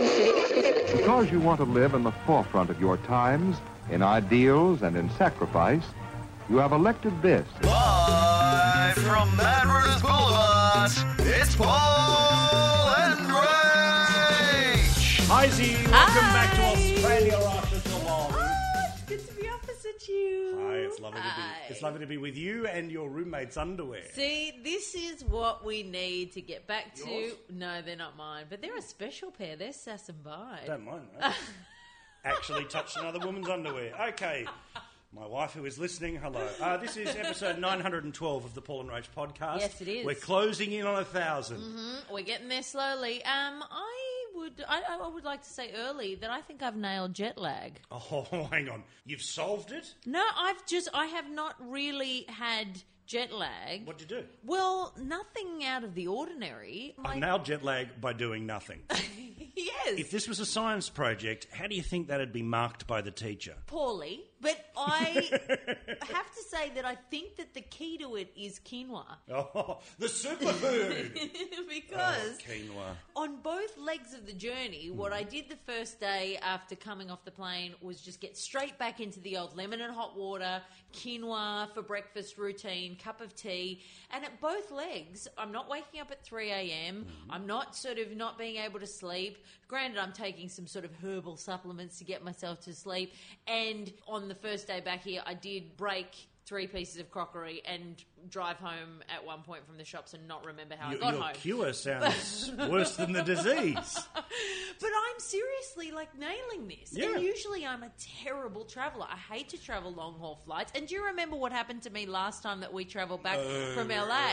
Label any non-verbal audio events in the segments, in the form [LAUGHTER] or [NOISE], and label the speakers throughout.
Speaker 1: Because you want to live in the forefront of your times, in ideals and in sacrifice, you have elected this.
Speaker 2: Live from Mad Rivers Boulevard, it's Paul and Rage.
Speaker 3: Hi, Z. Welcome back to Australia after so long.
Speaker 4: It's [LAUGHS] good to be opposite you.
Speaker 3: Hi, it's lovely to
Speaker 4: Hi.
Speaker 3: be. It's lovely to be with you and your roommate's underwear.
Speaker 4: See, this is what we need to get back to.
Speaker 3: Yours?
Speaker 4: No, they're not mine, but they're a special pair. They're Sass and Bide.
Speaker 3: Don't mind
Speaker 4: [LAUGHS]
Speaker 3: that. Actually touched another woman's underwear. Okay. My wife, who is listening, hello. Uh, this is episode 912 of the Paul and Roach podcast.
Speaker 4: Yes, it is.
Speaker 3: We're closing in on a 1000
Speaker 4: Mm, We're getting there slowly. Um, I would, I, I would like to say early that I think I've nailed jet lag.
Speaker 3: Oh, [LAUGHS] hang on. You've solved it?
Speaker 4: No, I've just, I have not really had jet lag.
Speaker 3: What'd you do?
Speaker 4: Well, nothing out of the ordinary.
Speaker 3: I've
Speaker 4: My-
Speaker 3: nailed jet lag by doing nothing.
Speaker 4: [LAUGHS] yes,
Speaker 3: if this was a science project, how do you think that'd be marked by the teacher? [LAUGHS]
Speaker 4: poorly, but I have to say that I think that the key to it is quinoa
Speaker 3: Oh, the superfood!
Speaker 4: [LAUGHS] because.
Speaker 3: Oh, Quinoa.
Speaker 4: on both legs of the journey, what I did the first day after coming off the plane was just get straight back into the old lemon and hot water, quinoa for breakfast routine, cup of tea. And at both legs, I'm not waking up at 3 a.m. I'm not sort of not being able to sleep. Granted, I'm taking some sort of herbal supplements to get myself to sleep. And on the first day back here, I did break. Three pieces of crockery and drive home at one point from the shops and not remember how
Speaker 3: Your,
Speaker 4: I got
Speaker 3: your
Speaker 4: home.
Speaker 3: cure
Speaker 4: [LAUGHS]
Speaker 3: sounds worse than the disease.
Speaker 4: But I'm seriously like nailing this.
Speaker 3: Yeah.
Speaker 4: And usually I'm a terrible traveler. I hate to travel long haul flights. And do you remember what happened to me last time that we traveled back
Speaker 3: Oh,
Speaker 4: from LA?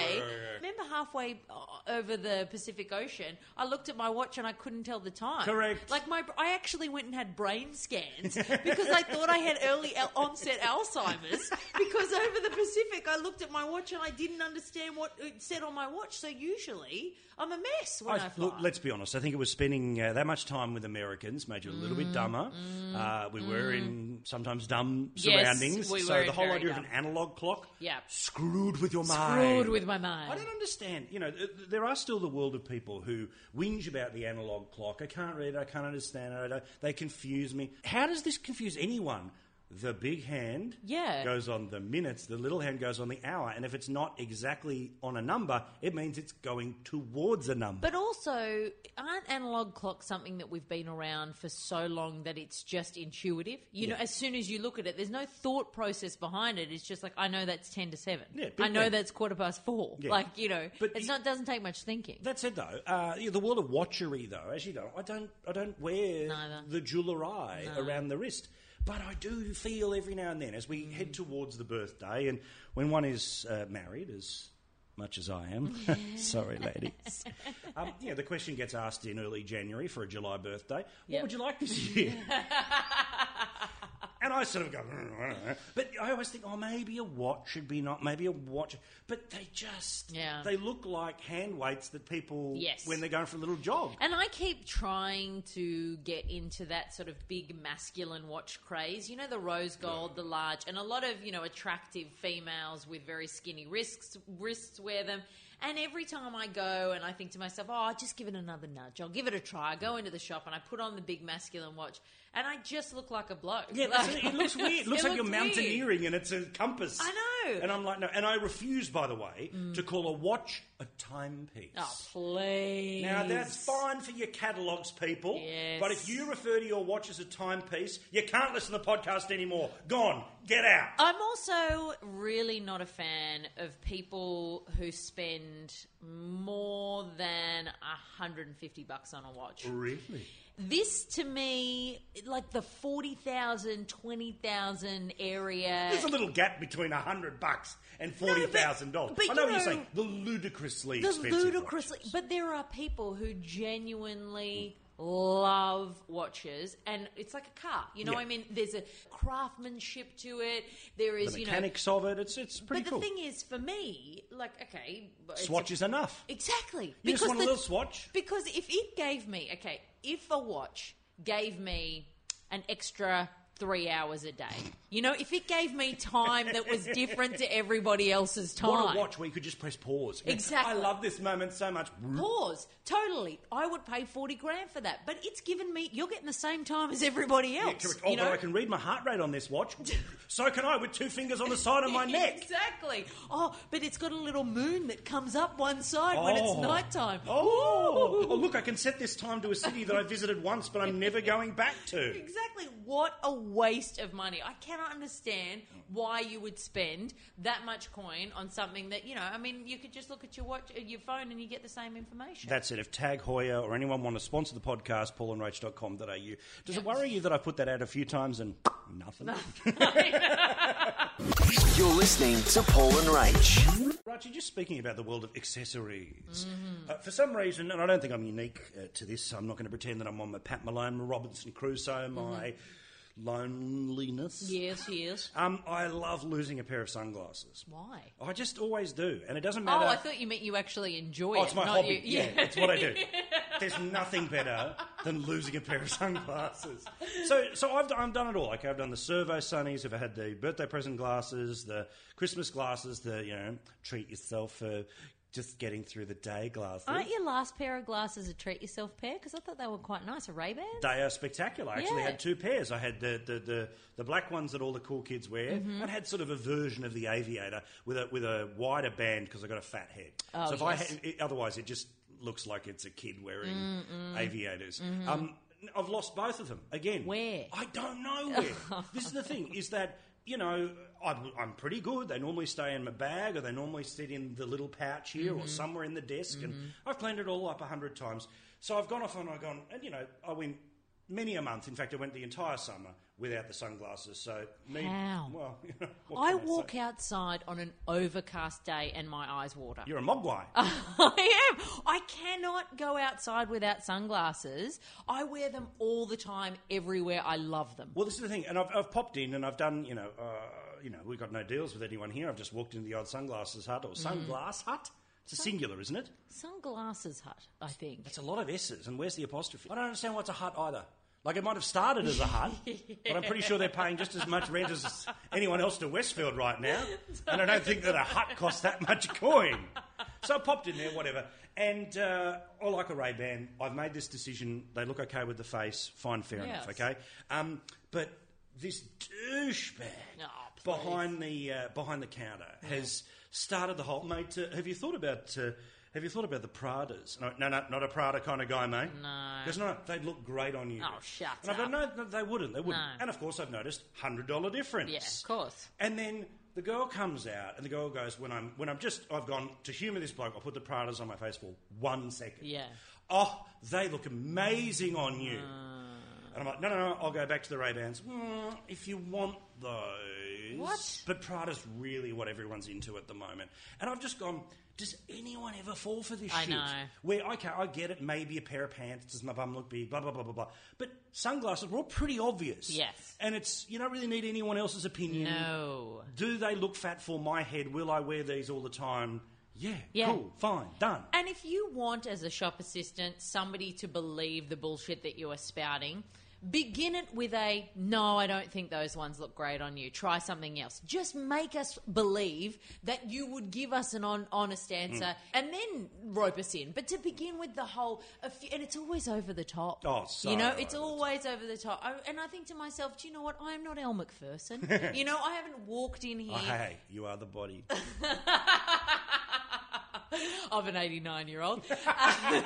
Speaker 4: Remember halfway uh, over the Pacific Ocean, I looked at my watch and I couldn't tell the time.
Speaker 3: Correct.
Speaker 4: Like my I actually went and had brain scans [LAUGHS] because I thought I had early al- onset Alzheimer's [LAUGHS] because over the Pacific I looked at my watch and I didn't understand what it said on my watch. So usually I'm a mess when I,
Speaker 3: I-
Speaker 4: fly.
Speaker 3: look, let's be honest. I think it was spending uh, that much time with Americans made you a little
Speaker 4: Mm.
Speaker 3: bit dumber. uh, we were in sometimes dumb
Speaker 4: Yes,
Speaker 3: surroundings,
Speaker 4: we
Speaker 3: so
Speaker 4: were
Speaker 3: the
Speaker 4: in
Speaker 3: whole
Speaker 4: very
Speaker 3: idea of
Speaker 4: dumb.
Speaker 3: an analog clock,
Speaker 4: Yeah.
Speaker 3: screwed with your mind.
Speaker 4: screwed with my mind.
Speaker 3: I don't understand. You know, th- th- there are still the world of people who whinge about the analog clock. I can't read it. I can't understand it. I don't, they confuse me. How does this confuse anyone? The big hand
Speaker 4: Yeah.
Speaker 3: goes on the minutes, the little hand goes on the hour, and if it's not exactly on a number, it means it's going towards a number.
Speaker 4: But also, aren't analog clocks something that we've been around for so long that it's just intuitive? You know, as soon as you look at it, there's no thought process behind it. It's just like, I know that's 10 to 7.
Speaker 3: Yeah, big
Speaker 4: I know
Speaker 3: bang.
Speaker 4: that's quarter past 4.
Speaker 3: Yeah.
Speaker 4: Like, you know,
Speaker 3: But
Speaker 4: it's
Speaker 3: you-
Speaker 4: not doesn't take much thinking.
Speaker 3: that said, though, uh, yeah, the world of watchery, though, as you know, I don't, I don't wear
Speaker 4: Neither.
Speaker 3: the jewellery around the wrist. But I do feel every now and then as we head towards the birthday, and when one is uh, married, as much as I am, [LAUGHS] sorry, ladies. Um, yeah, the question gets asked in early January for a July birthday. What
Speaker 4: Yep.
Speaker 3: would you like
Speaker 4: [LAUGHS]
Speaker 3: this year? and I sort of go, "Mm, I don't know." but I always think, oh, maybe a watch should be not, maybe a watch. But they just,
Speaker 4: Yeah.
Speaker 3: they look like hand weights that people,
Speaker 4: Yes.
Speaker 3: when they're going for a little
Speaker 4: [LAUGHS]
Speaker 3: jog.
Speaker 4: And I keep trying to get into that sort of big masculine watch craze. You know, the rose gold, the large, and a lot of, you know, attractive females with very skinny wrists, wrists wear them. And every time I go and I think to myself, oh, I'll just give it another nudge. I'll give it a try. I go into the shop and I put on the big masculine watch and I just look like a bloke.
Speaker 3: Yeah, that's it. it
Speaker 4: [LAUGHS]
Speaker 3: looks weird. It looks like you're
Speaker 4: looks weird.
Speaker 3: mountaineering and it's a compass.
Speaker 4: I know. Mm.
Speaker 3: And I'm like, no. And I refuse, by the way, to call a watch a timepiece.
Speaker 4: Oh, please.
Speaker 3: Now that's fine for your catalogues, people.
Speaker 4: Yes.
Speaker 3: But if you refer to your watch as a timepiece, you can't listen to the podcast anymore. Gone. Get out.
Speaker 4: I'm also really not a fan of people who spend more than 150 bucks on a watch.
Speaker 3: Really?
Speaker 4: This to me, like the 40,000, 20,000 area.
Speaker 3: There's a little gap between a hundred bucks and forty thousand dollars.
Speaker 4: but
Speaker 3: I know
Speaker 4: you
Speaker 3: what you're
Speaker 4: know,
Speaker 3: saying. The ludicrously
Speaker 4: the
Speaker 3: expensive.
Speaker 4: ludicrously,
Speaker 3: watches.
Speaker 4: but there are people who genuinely love watches and it's like a car you know
Speaker 3: Yeah.
Speaker 4: what i mean there's a craftsmanship to it there is
Speaker 3: the
Speaker 4: you know
Speaker 3: mechanics of it, it's it's pretty
Speaker 4: but the
Speaker 3: cool.
Speaker 4: thing is for me like okay it's a-
Speaker 3: Swatch is enough.
Speaker 4: Exactly.
Speaker 3: You just want a
Speaker 4: the-
Speaker 3: little swatch.
Speaker 4: Because if it gave me, okay, if a watch gave me an extra three hours a day. You know, if it gave me time that was different to everybody else's time.
Speaker 3: What a watch where you could just press pause. You know,
Speaker 4: Exactly.
Speaker 3: I love this moment so much.
Speaker 4: Pause. Totally. I would pay 40 grand for that. But it's given me, you're getting the same time as everybody
Speaker 3: Yeah,
Speaker 4: else.
Speaker 3: correct. Oh,
Speaker 4: you know?
Speaker 3: but I can read my heart rate on this
Speaker 4: [LAUGHS]
Speaker 3: watch. so can I with two fingers on the side of my neck.
Speaker 4: Exactly. Oh, but it's got a little moon that comes up one side when it's
Speaker 3: Oh.
Speaker 4: nighttime.
Speaker 3: Oh,
Speaker 4: Ooh.
Speaker 3: oh, look, I can set this time to a city that I visited once, but I'm never going back to.
Speaker 4: Exactly. What a waste of money. I cannot understand why you would spend that much coin on something that, you know, I mean, you could just look at your watch, uh, your phone and you get the same information.
Speaker 3: That's it. If Tag Hoyer or anyone want to sponsor the podcast, paulandrach.com.au. Does it worry you that I put that out a few times and [LAUGHS]
Speaker 4: [LAUGHS]
Speaker 3: nothing?
Speaker 2: You're listening to Paul and Rach.
Speaker 3: Rachi, just speaking about the world of accessories,
Speaker 4: Mm-hmm.
Speaker 3: uh, for some reason, and I don't think I'm unique uh, to this, I'm not going to pretend that I'm on my Pat Malone, my Robinson
Speaker 4: Mm-hmm.
Speaker 3: Crusoe, my loneliness.
Speaker 4: yes, yes.
Speaker 3: Um, I love losing a pair of sunglasses.
Speaker 4: Why?
Speaker 3: I just always do, and it doesn't
Speaker 4: Oh,
Speaker 3: matter.
Speaker 4: I thought you meant you actually enjoy it.
Speaker 3: Oh, it's my
Speaker 4: not
Speaker 3: hobby.
Speaker 4: You,
Speaker 3: yeah. it's what I do. There's nothing better than losing a pair of sunglasses. So, so I've, I've done it all. Like I've done the servo sunnies. I've had the birthday present glasses, the Christmas glasses, the you know treat yourself for just getting through the day glasses.
Speaker 4: [LAUGHS] Aren't your last pair of glasses a treat yourself pair? Because I thought they were quite nice. A Ray Ban?
Speaker 3: They are spectacular. I actually
Speaker 4: Yeah.
Speaker 3: had two pairs. I had the, the, the, the black ones that all the cool kids wear,
Speaker 4: Mm-hmm.
Speaker 3: and had sort of a version of the aviator with a with a wider band because I got a fat head.
Speaker 4: Oh,
Speaker 3: so if
Speaker 4: yes.
Speaker 3: I had, it, otherwise it just looks like it's a kid wearing aviators. Um, n- I've lost both of them again.
Speaker 4: Mm-hmm. Where?
Speaker 3: I don't know
Speaker 4: [LAUGHS]
Speaker 3: where. this is the thing: is that you know. I'm, I'm pretty good. They normally stay in my bag, or they normally sit in the little pouch here,
Speaker 4: Mm-hmm.
Speaker 3: or somewhere in the desk. And I've planned it all up a hundred times. So I've gone off and I've gone, and you know, I went many a month. In fact, I went the entire summer without the sunglasses. So need,
Speaker 4: How?
Speaker 3: Well, [LAUGHS] you know, what
Speaker 4: I
Speaker 3: can say?
Speaker 4: walk outside on an overcast day and my eyes water.
Speaker 3: You're a
Speaker 4: [LAUGHS]
Speaker 3: mogwai.
Speaker 4: Ah. I am. I cannot go outside without sunglasses. I wear them all the time, everywhere. I love them.
Speaker 3: Well, this is the thing, and I've, I've popped in and I've done, you know, uh, you know, we've got no deals with anyone here. I've just walked into the odd sunglasses hut or
Speaker 4: Mm.
Speaker 3: sunglass hut. It's a singular, isn't it?
Speaker 4: Sunglasses hut, I think.
Speaker 3: It's a lot of S's, and where's the apostrophe? I don't understand what's a hut either. Like it might have started as a hut, but I'm pretty sure they're paying just as much rent as anyone else to Westfield right now, and I don't think that a hut costs that much coin. So I popped in there, whatever, and uh, I like a Ray Ban. I've made this decision. They look okay with the face, fine, fair enough,
Speaker 4: Yes.
Speaker 3: okay. Um, but this douchebag
Speaker 4: Oh, please.
Speaker 3: behind the uh, behind the counter has started the whole mate. Uh, have you thought about uh, Have you thought about the Pradas? No, no, no, not a Prada kind of guy, mate.
Speaker 4: No.
Speaker 3: because no, they'd look great on you.
Speaker 4: Oh, shut
Speaker 3: And I've gone, no, no, they wouldn't. They wouldn't.
Speaker 4: No.
Speaker 3: And of course, I've noticed hundred dollar difference.
Speaker 4: Yeah, of course.
Speaker 3: And then the girl comes out, and the girl goes, "When I'm when I'm just I've gone to humour this bloke. I'll put the Pradas on my face for one second.
Speaker 4: Yeah.
Speaker 3: Oh, they look amazing on you.
Speaker 4: Ah.
Speaker 3: And I'm like, no, no, no, I'll go back to the Ray Bans. Mm, if you want those.
Speaker 4: What?
Speaker 3: But Prada's really what everyone's into at the moment. And I've just gone, does anyone ever fall for this
Speaker 4: I
Speaker 3: shit?
Speaker 4: know.
Speaker 3: Where, okay, I get it, maybe a pair of pants, does my bum look big, blah, blah, blah, blah, blah. But sunglasses were all pretty obvious.
Speaker 4: Yes.
Speaker 3: And it's, you don't really need anyone else's opinion.
Speaker 4: No.
Speaker 3: Do they look fat for my head? Will I wear these all the time? Yeah,
Speaker 4: Yeah.
Speaker 3: cool, fine, done.
Speaker 4: And if you want, as a shop assistant, somebody to believe the bullshit that you are spouting, begin it with a no, I don't think those ones look great on you. Try something else. Just make us believe that you would give us an on, honest answer
Speaker 3: Mm.
Speaker 4: and then rope us in. But to begin with the whole, a few, and it's always over the top.
Speaker 3: Oh, so
Speaker 4: You know,
Speaker 3: over
Speaker 4: it's
Speaker 3: the top.
Speaker 4: always over the top. I, and I think to myself, do you know what? I am not
Speaker 3: [LAUGHS]
Speaker 4: Elle McPherson. you know, I haven't walked in here.
Speaker 3: Oh, hey, you are the body.
Speaker 4: of an 89
Speaker 3: [LAUGHS]
Speaker 4: year [LAUGHS] old. but you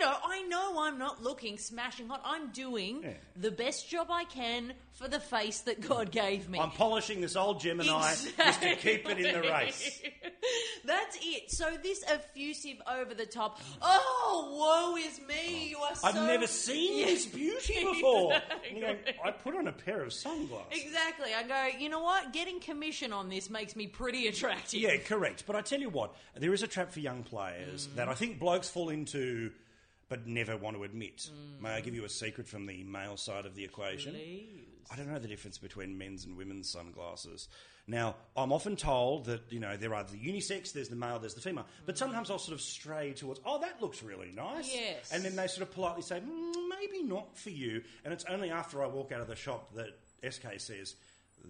Speaker 4: know, I know I'm not looking smashing hot. I'm doing
Speaker 3: Yeah.
Speaker 4: the best job I can for the face that God gave me.
Speaker 3: I'm polishing this old Gemini just to keep it in the race.
Speaker 4: [LAUGHS] That's it. So this effusive over the top. Oh, woe is me. You are so
Speaker 3: I've never seen this
Speaker 4: [LAUGHS]
Speaker 3: beauty before. And you're going, I put on a pair of sunglasses.
Speaker 4: Exactly. I go, you know what? Getting commission on this makes me pretty attractive.
Speaker 3: Yeah, correct. But I tell you what, there is a trap for young players that I think blokes fall into but never want to admit. May I give you a secret from the male side of the equation? I don't know the difference between men's and women's sunglasses. Now, I'm often told that, you know, there are the unisex, there's the male, there's the female. But sometimes I'll sort of stray towards, oh, that looks really nice.
Speaker 4: Yes.
Speaker 3: And then they sort of politely say, mm, maybe not for you. And it's only after I walk out of the shop that SK says,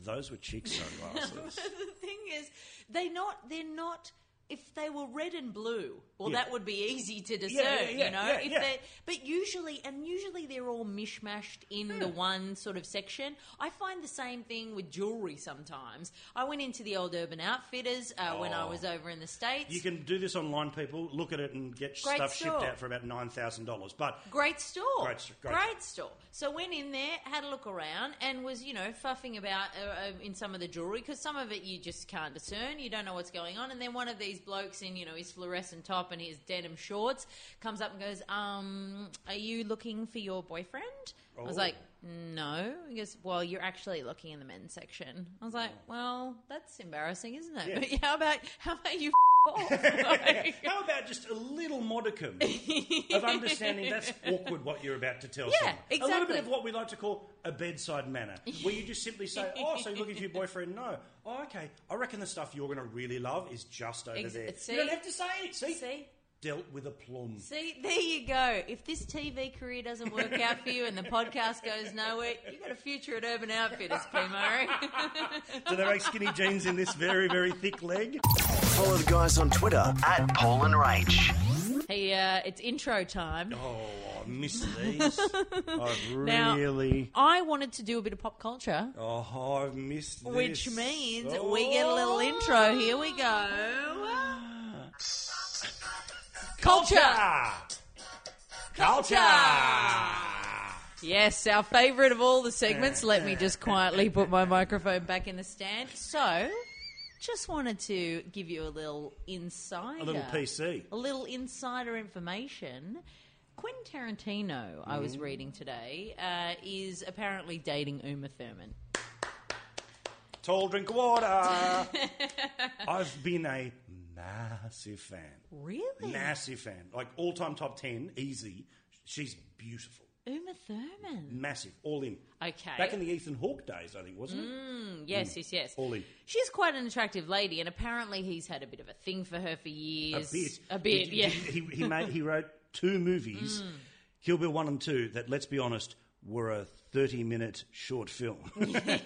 Speaker 3: those were chick sunglasses.
Speaker 4: [LAUGHS] the thing is, they not they're not. If they were red and blue, well,
Speaker 3: Yeah.
Speaker 4: that would be easy to discern,
Speaker 3: yeah, yeah,
Speaker 4: you know.
Speaker 3: yeah,
Speaker 4: if
Speaker 3: yeah.
Speaker 4: they, but usually, and usually they're all mishmashed in the
Speaker 3: Hmm.
Speaker 4: one sort of section. I find the same thing with jewelry sometimes. I went into the old Urban Outfitters uh, when I was over in the states.
Speaker 3: Oh. you can do this online, people. Look at it and get
Speaker 4: Great
Speaker 3: stuff shipped
Speaker 4: store.
Speaker 3: out for about $9,000. But
Speaker 4: Great store.
Speaker 3: Great s- great-
Speaker 4: store. So went in there, had a look around, and was you know fuffing about uh, uh, in some of the jewelry because some of it you just can't discern. You don't know what's going on. And then one of these blokes in you know his fluorescent top and his denim shorts comes up and goes, "Um, are you looking for your boyfriend?" I was
Speaker 3: Oh.
Speaker 4: like. No, he goes, well, you're actually looking in the men's section. I was like, well, that's embarrassing, isn't it?
Speaker 3: Oh. Yeah.
Speaker 4: [LAUGHS] But how about, how
Speaker 3: [LAUGHS]
Speaker 4: about you [LAUGHS] f- off? Like-
Speaker 3: How about just a little
Speaker 4: [LAUGHS]
Speaker 3: modicum of understanding that's awkward what you're about to tell someone? A little
Speaker 4: exactly.
Speaker 3: bit of what we like to call a bedside manner, where you just simply
Speaker 4: [LAUGHS]
Speaker 3: say, Oh, so you're looking for your boyfriend? No. Oh, okay. I reckon the stuff you're going to really love is just over
Speaker 4: Ex-
Speaker 3: there.
Speaker 4: see?
Speaker 3: you don't have to say it. See?
Speaker 4: See?
Speaker 3: Dealt with
Speaker 4: [LAUGHS]
Speaker 3: aplomb.
Speaker 4: See, there you go. If this TV career doesn't work out for you and the podcast goes nowhere, you got a future at Urban Outfitters, P.
Speaker 3: [LAUGHS]
Speaker 4: Murray.
Speaker 3: Do they make skinny jeans in this very, very thick leg?
Speaker 2: Follow the guys on Twitter at Paul and Rach.
Speaker 4: hey, uh, it's intro time.
Speaker 3: Oh, I miss
Speaker 4: [LAUGHS]
Speaker 3: these. I've
Speaker 4: Now-
Speaker 3: really.
Speaker 4: I wanted to do a bit of pop culture,
Speaker 3: Oh, I've missed this.
Speaker 4: which means
Speaker 3: Oh.
Speaker 4: we get a little intro. Here we go. Culture.
Speaker 3: Culture! Culture!
Speaker 4: Yes, our favourite of all the segments. Let
Speaker 3: [LAUGHS]
Speaker 4: me just quietly put my microphone back in the stand. So, just wanted to give you a little insight.
Speaker 3: A little PC.
Speaker 4: a little insider information. Quentin Tarantino, I was
Speaker 3: Mm-hmm.
Speaker 4: reading today, uh, is apparently dating Uma Thurman.
Speaker 3: Tall drink of
Speaker 4: [LAUGHS]
Speaker 3: water. I've been a massive fan.
Speaker 4: Really?
Speaker 3: Massive fan. Like all time top 10, easy. She's beautiful.
Speaker 4: Uma Thurman.
Speaker 3: Massive. All in.
Speaker 4: Okay. Mm.
Speaker 3: Back in the Mm. Ethan Hawke days, I think, wasn't it?
Speaker 4: yes, yes, yes.
Speaker 3: All in.
Speaker 4: She's quite an attractive lady, and apparently he's had a bit of a thing for her for years.
Speaker 3: A bit.
Speaker 4: A bit,
Speaker 3: Did-
Speaker 4: yeah. Mm.
Speaker 3: He, he, he made, he wrote two
Speaker 4: [LAUGHS]
Speaker 3: movies, Kill Bill 1 and 2, that, let's be honest, were a 30 minute short
Speaker 4: [LAUGHS]
Speaker 3: film.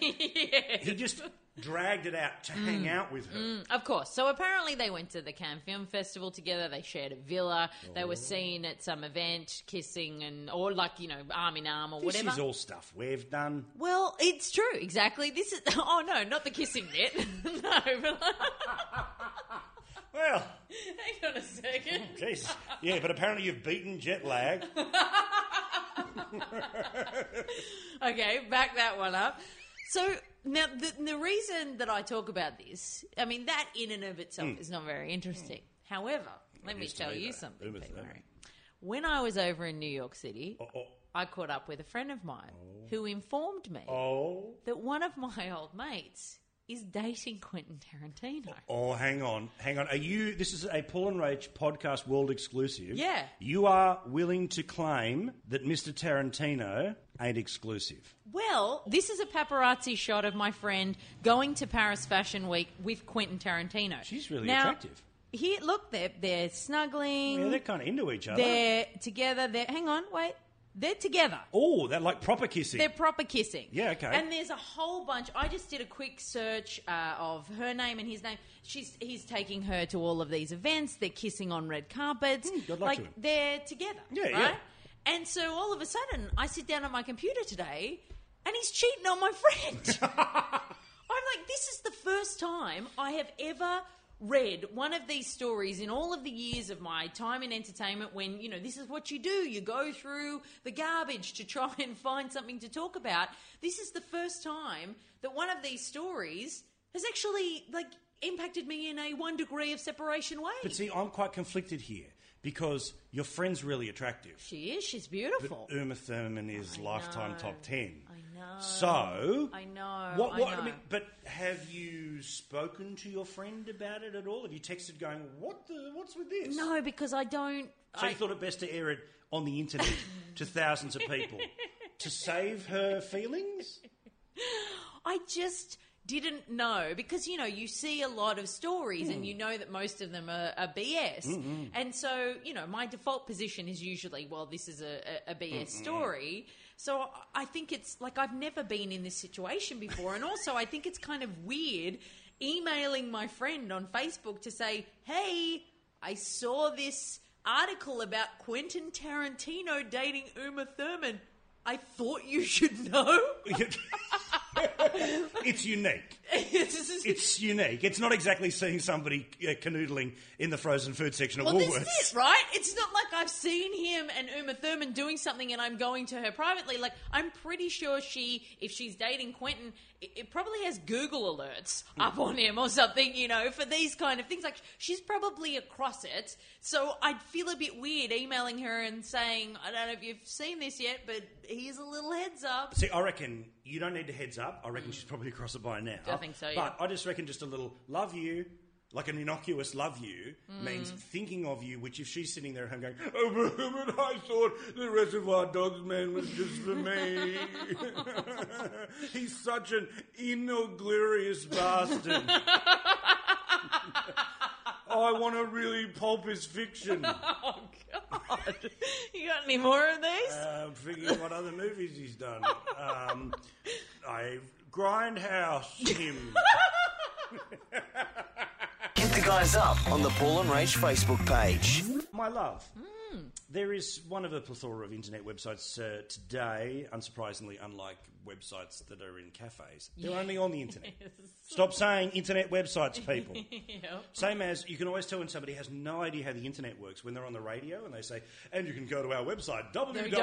Speaker 3: He just dragged it out
Speaker 4: Mm.
Speaker 3: to hang out with her.
Speaker 4: Of course. So apparently they went to the Cannes Film Festival together. They shared a villa. They
Speaker 3: Oh.
Speaker 4: were seen at some event, kissing and or like you know arm in arm or
Speaker 3: This
Speaker 4: whatever.
Speaker 3: is all stuff we've done.
Speaker 4: Well, it's true, exactly. This is [LAUGHS] oh no, not the kissing bit. [LAUGHS] no, but [LAUGHS]
Speaker 3: Well,
Speaker 4: hang on a second.
Speaker 3: Jeez. Yeah, but apparently you've beaten jet
Speaker 4: [LAUGHS]
Speaker 3: lag.
Speaker 4: Okay, back that one up. So now the, the reason that I talk about this, I mean, that in and of itself is not very interesting. However, let me
Speaker 3: used Hmm. to
Speaker 4: tell
Speaker 3: be,
Speaker 4: you
Speaker 3: though.
Speaker 4: something.
Speaker 3: Boomers
Speaker 4: Pete
Speaker 3: then.
Speaker 4: Murray. When I was over in New York City,
Speaker 3: Oh,
Speaker 4: I caught up with a friend of mine who informed me
Speaker 3: oh,
Speaker 4: that one of my old mates is dating Quentin Tarantino.
Speaker 3: oh, hang on, hang on. Are you? This is a Paul and Rach podcast world exclusive.
Speaker 4: Yeah.
Speaker 3: You are willing to claim that Mr. Tarantino ain't exclusive.
Speaker 4: Well, this is a paparazzi shot of my friend going to Paris Fashion Week with Quentin Tarantino.
Speaker 3: She's really
Speaker 4: Now,
Speaker 3: attractive.
Speaker 4: He look, they're they're snuggling.
Speaker 3: Yeah, they're kind of into each other.
Speaker 4: they're together. They're hang on, wait. They're together.
Speaker 3: oh, they're like proper kissing.
Speaker 4: They're proper kissing.
Speaker 3: Yeah, okay.
Speaker 4: And there's a whole bunch. I just did a quick search uh, of her name and his name. She's he's taking her to all of these events. They're kissing on red carpets.
Speaker 3: Hmm, good luck
Speaker 4: like
Speaker 3: to him.
Speaker 4: they're together.
Speaker 3: Yeah,
Speaker 4: right?
Speaker 3: yeah.
Speaker 4: And so all of a sudden, I sit down at my computer today, and he's cheating on my friend.
Speaker 3: [LAUGHS]
Speaker 4: I'm like, this is the first time I have ever read one of these stories in all of the years of my time in entertainment when, you know, this is what you do. You go through the garbage to try and find something to talk about. This is the first time that one of these stories has actually, like, impacted me in a one degree of separation way.
Speaker 3: but see, I'm quite conflicted here because your friend's really attractive.
Speaker 4: she is. She's beautiful.
Speaker 3: But uh, Uma Thurman is lifetime
Speaker 4: know.
Speaker 3: top ten.
Speaker 4: I know.
Speaker 3: So
Speaker 4: I know,
Speaker 3: What?
Speaker 4: I
Speaker 3: What?
Speaker 4: know.
Speaker 3: mean, but have you spoken to your friend about it at all? Have you texted going, "What the? What's with this?"
Speaker 4: no, because I don't.
Speaker 3: So
Speaker 4: I,
Speaker 3: you thought it best to air it on the
Speaker 4: [LAUGHS]
Speaker 3: internet to thousands
Speaker 4: [LAUGHS]
Speaker 3: of people to save her feelings?
Speaker 4: I just didn't know because you know you see a lot of stories and you know that most of them are, are BS. And so you know my default position is usually well this is a, a, a BS story. So I- I think it's like I've never been in this situation before, and also I think it's kind of weird emailing my friend on Facebook to say hey I saw this article about Quentin Tarantino dating Uma Thurman. I thought you should know.
Speaker 3: [LAUGHS]
Speaker 4: [LAUGHS]
Speaker 3: it's unique.
Speaker 4: This is-
Speaker 3: It's unique. It's not exactly seeing somebody uh, canoodling in the frozen food section at
Speaker 4: Well,
Speaker 3: Woolworths.
Speaker 4: this is it, right? It's not like I've seen him and Uma Thurman doing something and I'm going to her privately. Like, I'm pretty sure she, if she's dating Quentin, it, it probably has Google alerts up on him or something, you know, for these kind of things. Like, she's probably across it. So I'd feel a bit weird emailing her and saying, I don't know if you've seen this yet, but here's a little heads up. [LAUGHS]
Speaker 3: See, I reckon you don't need a heads up. I reckon she's probably across it by now.
Speaker 4: I think so, yeah.
Speaker 3: But I just reckon just a little love you, like an innocuous love you,
Speaker 4: Mm.
Speaker 3: means thinking of you, which if she's sitting there at home going, oh, but, [LAUGHS] but I thought the reservoir dogs man was just for me. [LAUGHS] He's such an inglorious
Speaker 4: [LAUGHS]
Speaker 3: bastard. I want to really pulp his fiction.
Speaker 4: Oh, God. you got any more of these?
Speaker 3: I'm thinking um, what other movies he's done. Um, I Grindhouse him.
Speaker 2: Hit the guys up on the Paul and Rach Facebook page.
Speaker 3: My love. There is one of a plethora of internet websites uh, today, unsurprisingly, unlike websites that are in cafes. They're only on the internet. Stop saying internet websites, people. Same as you can always tell when somebody has no idea how the internet works when they're on the radio and they say, and you can go to our website, www.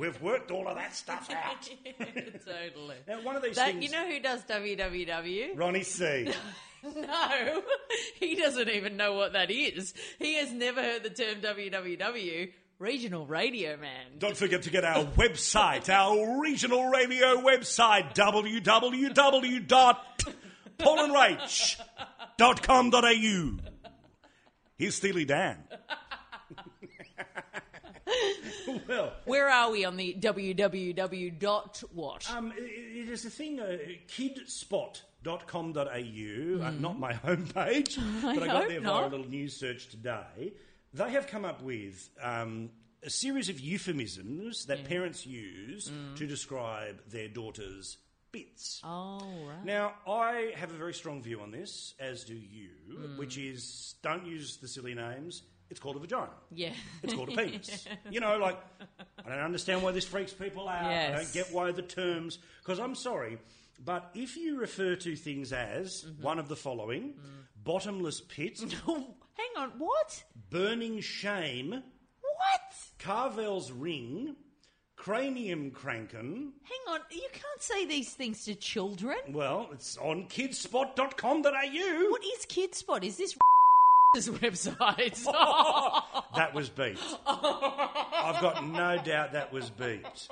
Speaker 3: We've worked all of that stuff out.
Speaker 4: [LAUGHS] totally.
Speaker 3: Now, one of these
Speaker 4: That,
Speaker 3: things.
Speaker 4: you know who does www?
Speaker 3: Ronnie
Speaker 4: [LAUGHS]
Speaker 3: C.
Speaker 4: No, he doesn't even know what that is. He has never heard the term WWW, regional radio man.
Speaker 3: Don't forget to get our website, our regional radio website, www.paulandrach.com.au. Here's Steely Dan.
Speaker 4: [LAUGHS]
Speaker 3: well,
Speaker 4: Where are we on the www dot what?
Speaker 3: um, i- i- it is a thing, uh, kidspot.com.au, uh, not my [LAUGHS] homepage, but I got
Speaker 4: Mm. hope
Speaker 3: there
Speaker 4: not.
Speaker 3: via a little news search today. They have come up with um, a series of euphemisms
Speaker 4: Mm.
Speaker 3: that parents use to describe their daughters' bits.
Speaker 4: oh, right.
Speaker 3: Now, I have a very strong view on this, as do you,
Speaker 4: Mm.
Speaker 3: which is don't use the silly names. It's called a vagina.
Speaker 4: Yeah.
Speaker 3: It's called a penis. you know, like, I don't understand why this freaks people out. I don't
Speaker 4: Yes.
Speaker 3: get why the terms. Because I'm sorry, but if you refer to things as one of the following bottomless pit,
Speaker 4: Hang on, what?
Speaker 3: burning shame,
Speaker 4: What?
Speaker 3: Carvel's ring, cranium cranken,
Speaker 4: Hang on, you can't say these things to children.
Speaker 3: well, it's on kidspot.com.au.
Speaker 4: What is Kidspot? Is this [LAUGHS] website?
Speaker 3: [LAUGHS]
Speaker 4: [LAUGHS]
Speaker 3: That was beat. I've got no doubt that was beat.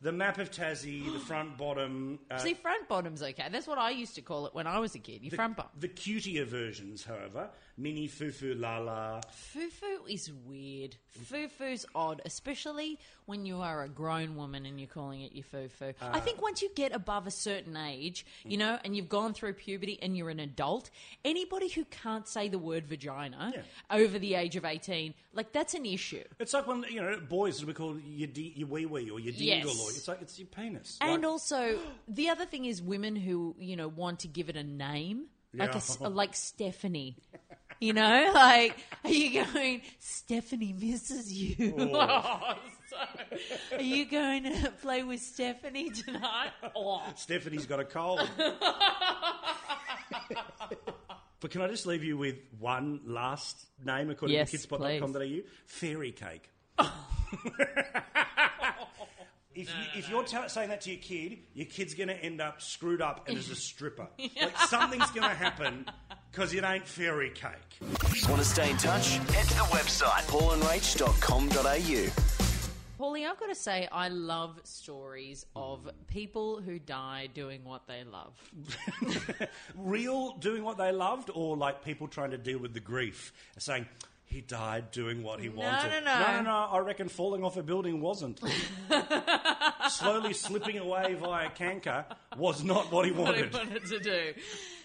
Speaker 3: The map of Tassie, the front bottom, uh,
Speaker 4: See, front bottom's okay. That's what I used to call it when I was a kid. Your front bottom.
Speaker 3: the cutier versions, however, mini fufu la la.
Speaker 4: Fufu is weird. Fufu's odd, especially when you are a grown woman and you're calling it your fufu.
Speaker 3: Uh.
Speaker 4: I think once you get above a certain age,
Speaker 3: Mm.
Speaker 4: you know, and you've gone through puberty and you're an adult, anybody who can't say the word vagina
Speaker 3: Yeah.
Speaker 4: over the age of 18, like that's an issue.
Speaker 3: It's like when you know boys we call your di- your wee wee or your dingle
Speaker 4: Yes.
Speaker 3: or it's like it's your penis.
Speaker 4: And
Speaker 3: Like-
Speaker 4: also, the other thing is women who, you know, want to give it a name, like a s
Speaker 3: [LAUGHS] Yeah.
Speaker 4: like Stephanie. You know, like, are you going, Stephanie misses you? [LAUGHS] Oh, so- are you going to [LAUGHS] play with
Speaker 3: [LAUGHS]
Speaker 4: Stephanie tonight? Oh.
Speaker 3: Stephanie's got a cold. but can I just leave you with one last name according
Speaker 4: Yes,
Speaker 3: to kidspot.com.au? Fairy cake. If, you, if you're tell saying that to your kid, your kid's going to end up screwed up and as a stripper. Like something's going to happen because it ain't fairy cake.
Speaker 2: Want to stay in touch? Head to the website paulandrach.com.au.
Speaker 4: Paulie, I've got to say, I love stories of people who die doing what they love.
Speaker 3: [LAUGHS] real doing what they loved, or like people trying to deal with the grief, saying he died doing what he wanted.
Speaker 4: no, no. [LAUGHS]
Speaker 3: no, no. I reckon falling off a building wasn't. slowly slipping away via canker was not what he
Speaker 4: what I
Speaker 3: wanted.
Speaker 4: wanted to do.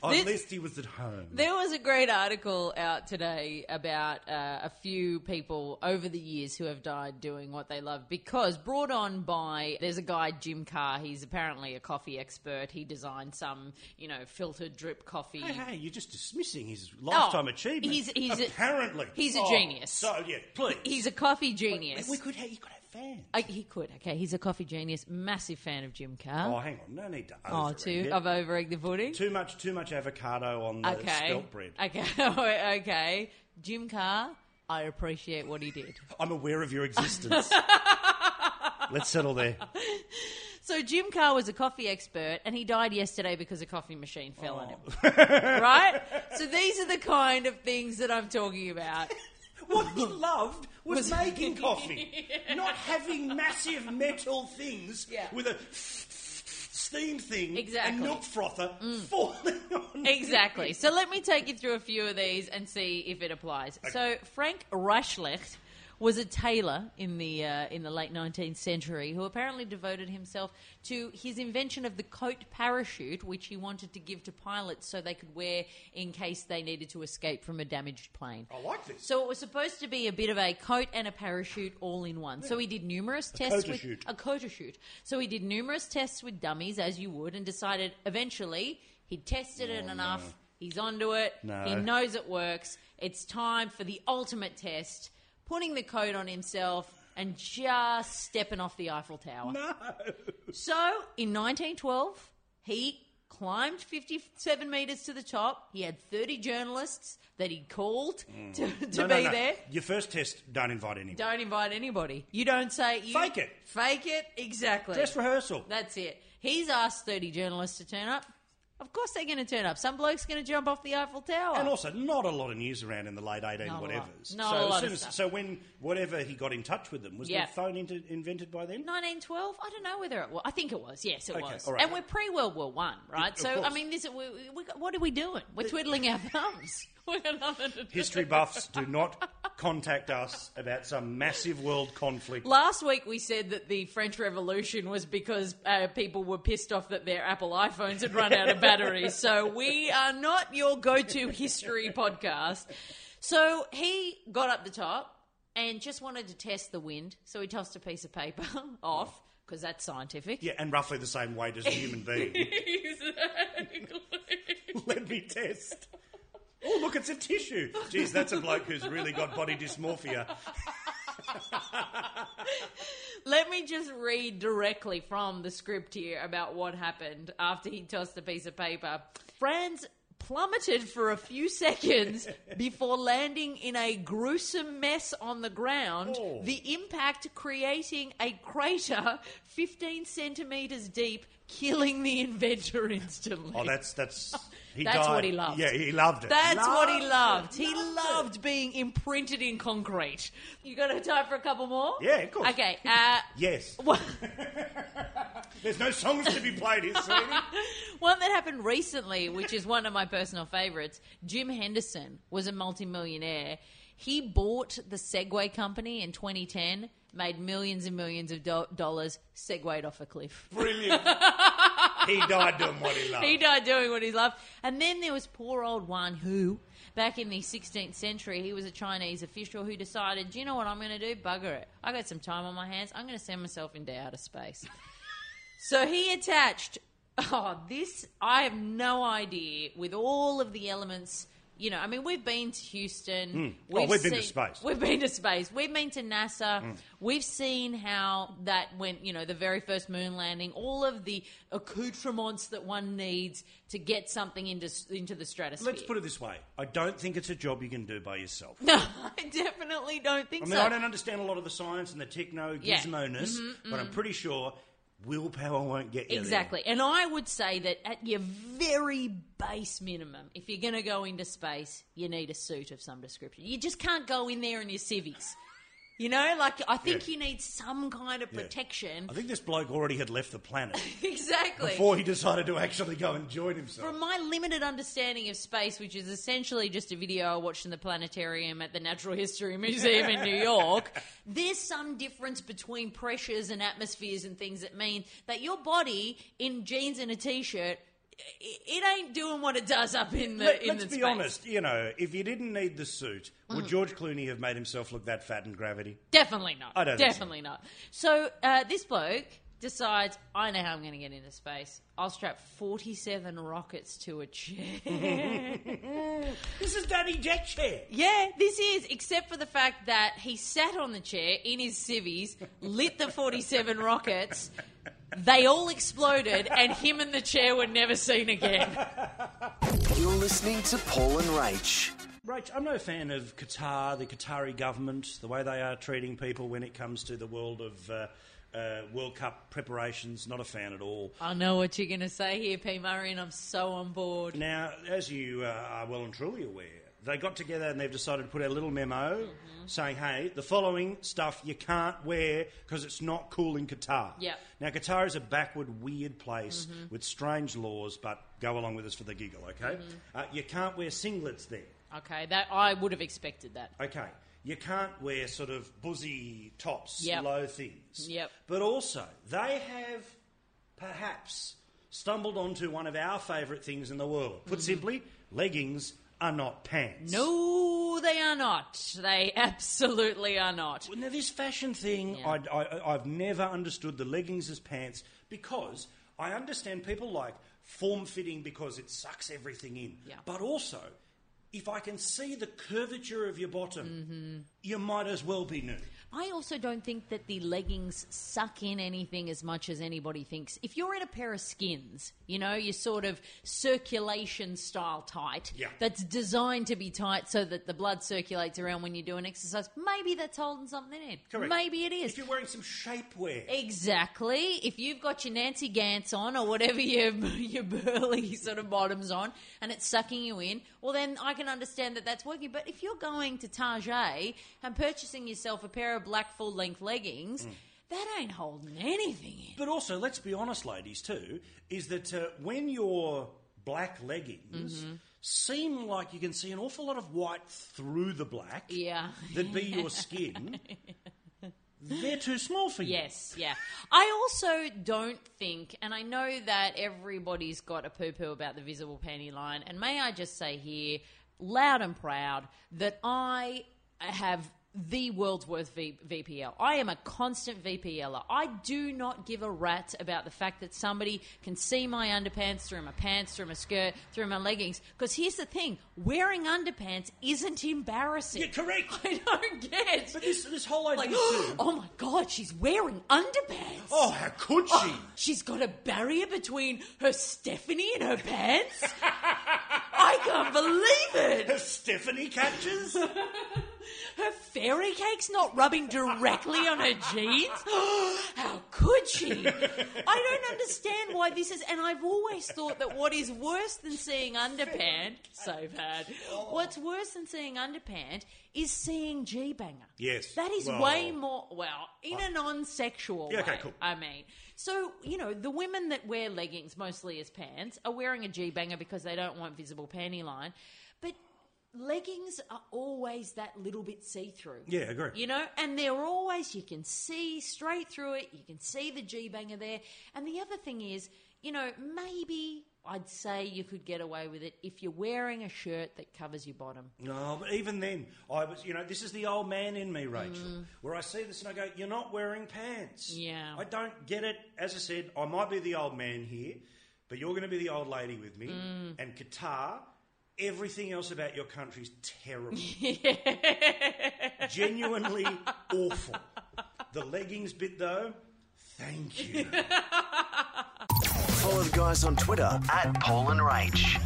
Speaker 3: At
Speaker 4: This-
Speaker 3: least he was at home.
Speaker 4: There was a great article out today about uh, a few people over the years who have died doing what they love because brought on by there's a guy Jim Carr. He's apparently a coffee expert. He designed some you know filtered drip coffee.
Speaker 3: Hey, hey, you're just dismissing his lifetime achievement.
Speaker 4: Oh, he's- he's a-
Speaker 3: apparently
Speaker 4: he's a
Speaker 3: Oh,
Speaker 4: genius.
Speaker 3: So yeah, please.
Speaker 4: He's a coffee genius.
Speaker 3: We could have, you could have fans.
Speaker 4: I, he could. Okay, he's a coffee genius. Massive fan of Jim
Speaker 3: oh,
Speaker 4: Carr.
Speaker 3: hang on, no need to.
Speaker 4: oh,
Speaker 3: overread
Speaker 4: too.
Speaker 3: it.
Speaker 4: I've overegged the pudding.
Speaker 3: Too much, too much avocado on the
Speaker 4: okay. [LAUGHS]
Speaker 3: spelt bread.
Speaker 4: Okay. okay. Jim Carr. I appreciate what he did.
Speaker 3: I'm aware of your
Speaker 4: [LAUGHS]
Speaker 3: existence. Let's settle there.
Speaker 4: So Jim Carr was a coffee expert, and he died yesterday because a coffee machine fell on him.
Speaker 3: Oh. [LAUGHS]
Speaker 4: right? So these are the kind of things that I'm talking about.
Speaker 3: What he loved was,
Speaker 4: [LAUGHS]
Speaker 3: making coffee, not having massive metal things
Speaker 4: Yeah.
Speaker 3: with a steam thing
Speaker 4: Exactly. Mm.
Speaker 3: and milk frother falling [LAUGHS] on.
Speaker 4: Exactly. So let me take you through a few of these and see if it applies. So Frank Reichlecht was a tailor in the uh, in the late 19th century who apparently devoted himself to his invention of the coat parachute, which he wanted to give to pilots so they could wear in case they needed to escape from a damaged plane.
Speaker 3: I like this.
Speaker 4: So it was supposed to be a bit of a coat and a parachute all in one. So he did numerous tests with
Speaker 3: coat-a-shoot.
Speaker 4: a coat shoot. So he did numerous tests with dummies, as you would, and decided eventually he'd tested it enough. He's onto it.
Speaker 3: Oh, No.
Speaker 4: He knows it works. It's time for the ultimate test: putting the coat on himself and just stepping off the Eiffel Tower.
Speaker 3: no.
Speaker 4: So in 1912, he climbed 57 metres to the top. He had 30 journalists that he called to, to
Speaker 3: Mm. No, no,
Speaker 4: be
Speaker 3: no.
Speaker 4: there.
Speaker 3: Your first test, don't invite anyone.
Speaker 4: Don't invite anybody. You don't say you
Speaker 3: Fake it.
Speaker 4: Fake it exactly.
Speaker 3: Dress rehearsal.
Speaker 4: That's it. He's asked 30 journalists to turn up. Of course they're going to turn up. Some bloke's going to jump off the Eiffel Tower.
Speaker 3: And also, not a lot of news around in the late 18
Speaker 4: Not a lot.
Speaker 3: whatevers.
Speaker 4: Not
Speaker 3: so,
Speaker 4: a
Speaker 3: as
Speaker 4: lot
Speaker 3: soon
Speaker 4: of
Speaker 3: as-
Speaker 4: stuff.
Speaker 3: so when whatever he got in touch with them was
Speaker 4: Yeah.
Speaker 3: the phone inter- invented by then.
Speaker 4: 1912. I don't know whether it was. I think it was. Yes, it
Speaker 3: Okay,
Speaker 4: was.
Speaker 3: all right.
Speaker 4: And we're pre World War One, right?
Speaker 3: of
Speaker 4: so I
Speaker 3: course.
Speaker 4: mean, this we, we, what are we doing? We're twiddling our thumbs. [LAUGHS] we got nothing to do.
Speaker 3: History buffs do not contact us about some massive world conflict.
Speaker 4: Last week we said that the French Revolution was because uh, people were pissed off that their Apple iPhones had run out of batteries. So we are not your go-to history podcast. So he got up the top and just wanted to test the wind. So he tossed a piece of paper [LAUGHS] off because that's scientific.
Speaker 3: Yeah, and roughly the same weight as a human being.
Speaker 4: [LAUGHS] Exactly.
Speaker 3: Let me test. Oh, look, it's a tissue. Geez, that's a bloke who's really got body dysmorphia.
Speaker 4: Let me just read directly from the script here about what happened after he tossed the piece of paper. Franz plummeted for a few
Speaker 3: [LAUGHS]
Speaker 4: seconds before landing in a gruesome mess on the ground,
Speaker 3: Oh.
Speaker 4: the impact creating a crater 15 centimeters deep, killing the inventor instantly.
Speaker 3: Oh, that's that's. He
Speaker 4: That's
Speaker 3: died.
Speaker 4: what he loved.
Speaker 3: Yeah, he loved it.
Speaker 4: That's what he
Speaker 3: it.
Speaker 4: loved. He
Speaker 3: Loved it.
Speaker 4: loved being imprinted in concrete. You got a time for a couple more?
Speaker 3: Yeah, of course.
Speaker 4: Okay. Uh, [LAUGHS]
Speaker 3: Yes.
Speaker 4: one-
Speaker 3: There's no songs to be played here, sweetie.
Speaker 4: One that happened recently, which is one of my personal favourites, Jim Henderson was a multimillionaire. He bought the Segway company in 2010, made millions and millions of do- dollars, segwayed off a cliff.
Speaker 3: Brilliant. he died doing what he loved.
Speaker 4: He died doing what he loved. And then there was poor old Wan Hu. Back in the 16th century, he was a Chinese official who decided, do you know what I'm going to do? Bugger it. I got some time on my hands. I'm going to send myself into
Speaker 3: [LAUGHS]
Speaker 4: outer space. so he attached. Oh, this. I have no idea with all of the elements. You know, I mean, we've been to Houston.
Speaker 3: Oh, we've been to space.
Speaker 4: We've been to space. We've been to NASA.
Speaker 3: Mm.
Speaker 4: We've seen how that went, you know, the very first moon landing, all of the accoutrements that one needs to get something into into the stratosphere.
Speaker 3: Let's put it this way. I don't think it's a job you can do by yourself.
Speaker 4: [LAUGHS] No, I definitely don't think
Speaker 3: I mean,
Speaker 4: so.
Speaker 3: I don't understand a lot of the science and the techno
Speaker 4: Yeah. Mm-hmm,
Speaker 3: gizmoness, but I'm pretty sure willpower won't get you there.
Speaker 4: Exactly. And I would say that at your very base minimum, if you're going to go into space, you need a suit of some description. You just can't go in there in your civvies. You know, like I think you need some kind of
Speaker 3: Yeah.
Speaker 4: protection. [LAUGHS]
Speaker 3: I think this bloke already had left the planet
Speaker 4: Exactly.
Speaker 3: before he decided to actually go and join himself.
Speaker 4: From my limited understanding of space, which is essentially just a video I watched in the planetarium at the Natural History Museum in New York,
Speaker 3: [LAUGHS]
Speaker 4: there's some difference between pressures and atmospheres and things that mean that your body in jeans and a t-shirt, i- it ain't doing what it does up in the
Speaker 3: Let,
Speaker 4: in
Speaker 3: us
Speaker 4: the
Speaker 3: be
Speaker 4: space. Mm.
Speaker 3: honest, you know, if you didn't need the suit, would George Clooney have made himself look that fat in gravity?
Speaker 4: Definitely not.
Speaker 3: I don't think so.
Speaker 4: Definitely not. So uh, this bloke decides, I know how I'm going to get into space. I'll strap 47 rockets to
Speaker 3: [LAUGHS]
Speaker 4: a chair.
Speaker 3: This is Daddy Jack chair.
Speaker 4: yeah, this is, except for the fact that he sat on the chair in his civvies, lit the 47 rockets. They all exploded, and him and the chair were never seen again.
Speaker 2: You're listening to Paul and Rach.
Speaker 3: Rach, I'm no fan of Qatar, the Qatari government, the way they are treating people when it comes to the world of uh, uh, World Cup preparations. Not a fan at all.
Speaker 4: [LAUGHS] I know what you're going to say here, P. Murray, and I'm so on board.
Speaker 3: Now, as you uh, are well and truly aware, they got together and they've decided to put out a little memo saying, hey, the following stuff you can't wear because it's not cool in Qatar.
Speaker 4: Yep.
Speaker 3: Now, Qatar is a backward, weird place with strange laws, but go along with us for the giggle, okay? Uh, you can't wear singlets there,
Speaker 4: Okay, that I would have expected that.
Speaker 3: okay? You can't wear sort of buzzy tops,
Speaker 4: Yep.
Speaker 3: low things.
Speaker 4: Yep.
Speaker 3: But also, they have perhaps stumbled onto one of our favourite things in the world.
Speaker 4: Mm-hmm.
Speaker 3: Put simply, leggings are not pants.
Speaker 4: No, they are not. They absolutely are not.
Speaker 3: Well, now, this fashion thing,
Speaker 4: Yeah.
Speaker 3: I, I, I've never understood the leggings as pants because I understand people like form fitting because it sucks everything in.
Speaker 4: Yeah.
Speaker 3: But also, if I can see the curvature of your bottom,
Speaker 4: Mm-hmm.
Speaker 3: you might as well be nude.
Speaker 4: I also don't think that the leggings suck in anything as much as anybody thinks. If you're in a pair of skins, you know, your sort of circulation style tight
Speaker 3: Yeah.
Speaker 4: that's designed to be tight so that the blood circulates around when you do an exercise, maybe that's holding something in.
Speaker 3: Correct.
Speaker 4: Maybe it is.
Speaker 3: If you're wearing some shapewear.
Speaker 4: Exactly. If you've got your Nancy Gants on or whatever [LAUGHS] your your burly sort of bottoms on, and it's sucking you in, well then I can understand that that's working. But if you're going to Target and purchasing yourself a pair of black full length leggings, that ain't holding anything in.
Speaker 3: But also, let's be honest, ladies, too, is that uh, when your black leggings
Speaker 4: Mm-hmm.
Speaker 3: seem like you can see an awful lot of white through the black
Speaker 4: Yeah.
Speaker 3: that be
Speaker 4: [LAUGHS]
Speaker 3: your skin, they're too small for you.
Speaker 4: Yes, yeah. I also don't think, and I know that everybody's got a poo poo about the visible panty line, and may I just say here, loud and proud, that I have the world's worst v- VPL. I am a constant VPLer. I do not give a rat about the fact that somebody can see my underpants through my pants, through my skirt, through my leggings. Because here's the thing wearing underpants isn't embarrassing.
Speaker 3: You're correct.
Speaker 4: [LAUGHS] I don't get
Speaker 3: But this, this whole idea,
Speaker 4: like, [GASPS]
Speaker 3: too.
Speaker 4: oh my god, she's wearing underpants.
Speaker 3: Oh, how could she?
Speaker 4: She's got a barrier between her Stephanie and her pants. I can't believe it.
Speaker 3: If Stephanie
Speaker 4: [LAUGHS]
Speaker 3: catches?
Speaker 4: Her fairy cake's not rubbing directly on her jeans. [GASPS] How could she? I don't understand why this is. And I've always thought that what is worse than seeing underpants, so bad. What's worse than seeing underpants is seeing G banger.
Speaker 3: Yes.
Speaker 4: That is
Speaker 3: Well- uh,
Speaker 4: way more. Well, in a non-sexual
Speaker 3: Yeah, okay,
Speaker 4: way,
Speaker 3: cool.
Speaker 4: I mean, so you know, the women that wear leggings mostly as pants are wearing a G banger because they don't want visible panty line, but leggings are always that little bit see through.
Speaker 3: Yeah, I agree.
Speaker 4: You know, and they're always you can see straight through it. You can see the G banger there. And the other thing is, you know, maybe. I'd say you could get away with it if you're wearing a shirt that covers your bottom.
Speaker 3: No, but even then, I was, you know, this is the old man in me, Rachel, where I see this and I go, you're not wearing pants.
Speaker 4: Yeah.
Speaker 3: I don't get it. As I said, I might be the old man here, but you're going to be the old lady with me. And Qatar, everything else about your country's terrible. Genuinely awful. The leggings bit, though, thank you.
Speaker 2: Follow the guys on Twitter at Paul and Rach.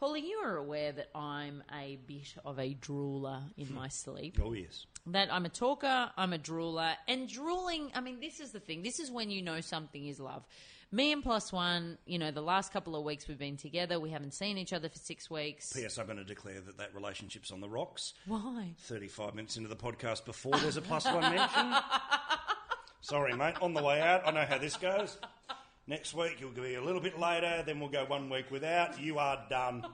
Speaker 4: Paulie, you are aware that I'm a bit of a drooler in my sleep.
Speaker 3: oh, yes.
Speaker 4: That I'm a talker, I'm a drooler, and drooling. I mean, this is the thing. This is when you know something is love. Me and plus one, you know, the last couple of weeks we've been together, we haven't seen each other for six weeks.
Speaker 3: P.S. I'm going to declare that that relationship's on the rocks.
Speaker 4: Why?
Speaker 3: 35 minutes into the podcast before there's a plus one mention. Sorry, mate. On the way out, I know how this goes. Next week, you'll be a little bit later, then we'll go one week without. You are done.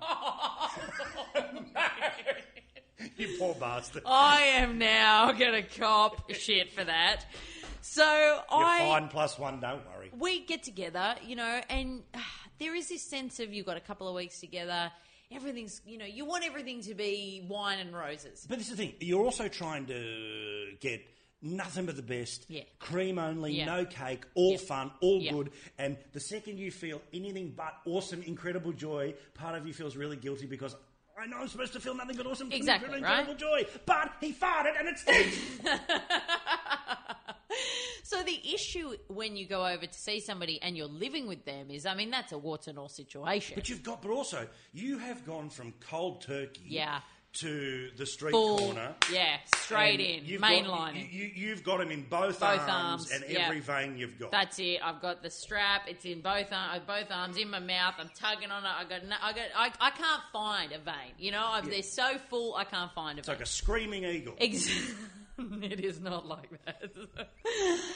Speaker 3: you poor bastard.
Speaker 4: I am now [LAUGHS] gonna cop shit for that. So
Speaker 3: You're
Speaker 4: I
Speaker 3: fine, plus one, don't worry.
Speaker 4: we get together, you know, and ah, there is this sense of you've got a couple of weeks together. Everything's, you know, you want everything to be wine and roses.
Speaker 3: But this is the thing. You're also trying to get nothing but the best.
Speaker 4: Yeah.
Speaker 3: Cream only,
Speaker 4: Yeah.
Speaker 3: no cake, all
Speaker 4: Yeah.
Speaker 3: fun, all
Speaker 4: Yeah.
Speaker 3: good. And the second you feel anything but awesome, incredible joy, part of you feels really guilty because I know I'm supposed to feel nothing but awesome,
Speaker 4: Exactly,
Speaker 3: incredible,
Speaker 4: right?
Speaker 3: joy. But he farted and it stinks.
Speaker 4: [LAUGHS] So the issue when you go over to see somebody and you're living with them is, I mean, that's a warts and all
Speaker 3: [LAUGHS]
Speaker 4: situation.
Speaker 3: But you've got, but also you have gone from cold turkey,
Speaker 4: Yeah.
Speaker 3: to the street
Speaker 4: Full-
Speaker 3: corner,
Speaker 4: yeah, straight
Speaker 3: and
Speaker 4: in,
Speaker 3: you've Got,
Speaker 4: mainlining.
Speaker 3: you, you, have got him in both,
Speaker 4: arms,
Speaker 3: and
Speaker 4: yeah.
Speaker 3: every vein you've got.
Speaker 4: That's it. I've got the strap. It's in both ar- both arms, in my mouth. I'm tugging on it. I got, no, I got, I, I can't find a vein. You know, I'm, they're so full, I can't find a
Speaker 3: it's
Speaker 4: vein.
Speaker 3: like a screaming eagle.
Speaker 4: Ex- [LAUGHS] it is not like that.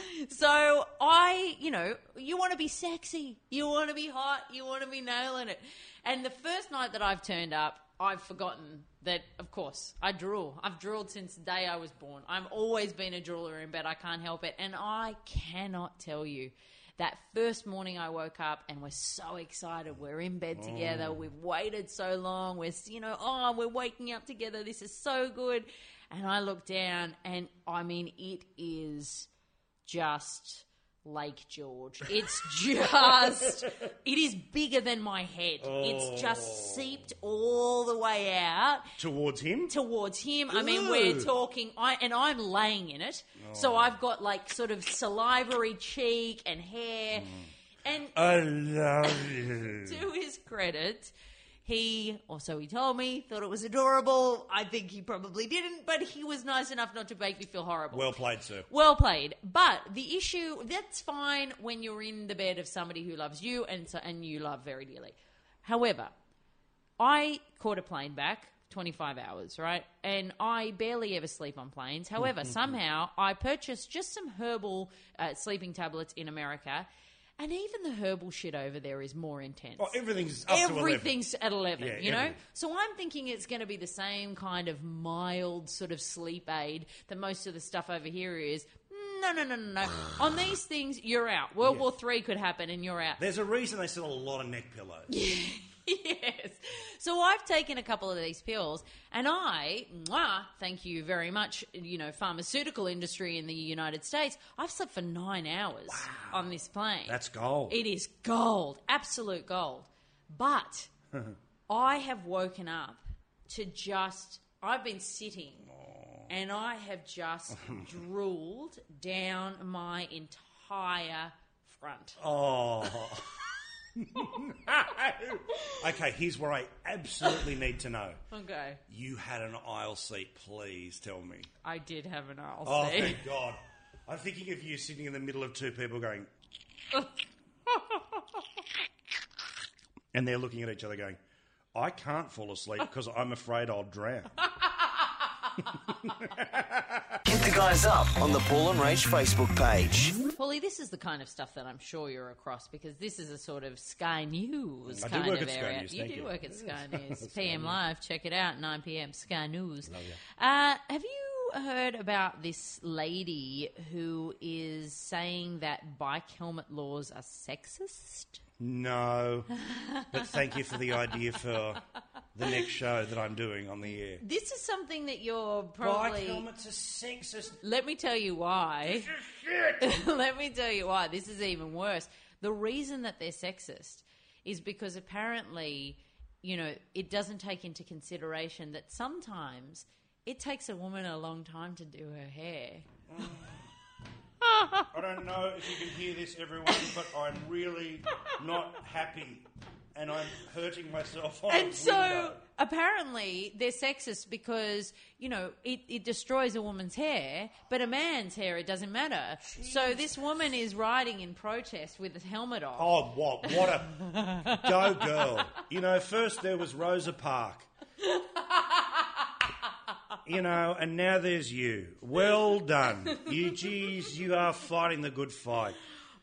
Speaker 4: [LAUGHS] so I, you know, you want to be sexy, you want to be hot, you want to be nailing it. And the first night that I've turned up, I've forgotten that, of course, I drool. I've drooled since the day I was born. I've always been a drooler in bed. I can't help it. And I cannot tell you. That first morning I woke up and we're so excited. We're in bed together. We've waited so long. We're, you know, oh, we're waking up together. This is so good. And I look down and I mean, it is just Lake George. It's just, it is bigger than my head. It's just seeped all the way out
Speaker 3: towards him.
Speaker 4: towards him. I mean, we're
Speaker 3: Ooh.
Speaker 4: talking, I, and I'm laying in it. So I've got like sort of salivary cheek and hair. And
Speaker 3: I love you.
Speaker 4: to his credit, he, or so he told me, thought it was adorable. I think he probably didn't, but he was nice enough not to make me feel horrible.
Speaker 3: well played, sir.
Speaker 4: Well played. But the issue that's fine when you're in the bed of somebody who loves you and so, and you love very dearly. However, I caught a plane back 25 hours, right? And I barely ever sleep on planes. However, somehow I purchased just some herbal uh, sleeping tablets in America. And even the herbal shit over there is more intense
Speaker 3: Oh, everything's up
Speaker 4: everything's at 11
Speaker 3: Yeah,
Speaker 4: you know
Speaker 3: everything.
Speaker 4: so i'm thinking it's going to be the same kind of mild sort of sleep aid that most of the stuff over here is no no no
Speaker 3: [SIGHS]
Speaker 4: no no on these things you're out world war three could happen and you're
Speaker 3: to 11.
Speaker 4: out
Speaker 3: There's a reason they sell a lot of neck pillows.
Speaker 4: [LAUGHS] yes. So I've taken a couple of these pills, and I, mwah, thank you very much, you know, pharmaceutical industry in the United States, I've slept for nine hours on this plane.
Speaker 3: That's gold.
Speaker 4: It is gold, absolute gold.
Speaker 3: [LAUGHS]
Speaker 4: But I have woken up to just, I've been sitting and I have just
Speaker 3: [LAUGHS]
Speaker 4: drooled down my entire front.
Speaker 3: Oh. okay, here's where I absolutely need to know.
Speaker 4: Okay.
Speaker 3: You had an aisle seat, please tell me.
Speaker 4: I did have an aisle
Speaker 3: Oh,
Speaker 4: seat.
Speaker 3: thank God. I'm thinking of you sitting in the middle of two people
Speaker 4: [LAUGHS]
Speaker 3: going. and they're looking at each other going, I can't fall asleep
Speaker 4: Oh.
Speaker 3: because I'm afraid I'll drown.
Speaker 2: Hit the guys up on the Paul and Rach Facebook page.
Speaker 4: Paulie, this is the kind of stuff that I'm sure you're across because this is a sort of Sky News
Speaker 3: I do
Speaker 4: kind
Speaker 3: work
Speaker 4: of
Speaker 3: at Sky
Speaker 4: area.
Speaker 3: News,
Speaker 4: you
Speaker 3: thank
Speaker 4: do
Speaker 3: you.
Speaker 4: work at Sky
Speaker 3: [LAUGHS]
Speaker 4: News.
Speaker 3: Sky
Speaker 4: PM Live, check it out, 9 p.m. Sky News.
Speaker 3: Love
Speaker 4: Uh, have you heard about this lady who is saying that bike helmet laws are sexist?
Speaker 3: No. But thank you for the idea for the next show that I'm doing on the air.
Speaker 4: This is something that you're
Speaker 3: Bike
Speaker 4: probably.
Speaker 3: helmets are
Speaker 4: [LAUGHS]
Speaker 3: sexist.
Speaker 4: Let me tell you why. [LAUGHS] Let me tell you why. This is even worse. The reason that they're sexist is because apparently, you know, it doesn't take into consideration that sometimes it takes a woman a long time to do her hair.
Speaker 3: I don't know if you can hear this, everyone, but I'm really not happy. And I'm hurting myself on
Speaker 4: And
Speaker 3: a
Speaker 4: so
Speaker 3: window.
Speaker 4: apparently they're sexist because you know it, it destroys a woman's hair, but a man's hair it doesn't matter. So this woman is riding in protest with a helmet on.
Speaker 3: Oh, what? What a go girl. You know, first there was Rosa Park. You know, and now there's you. Well done. You geez, you are fighting the good fight.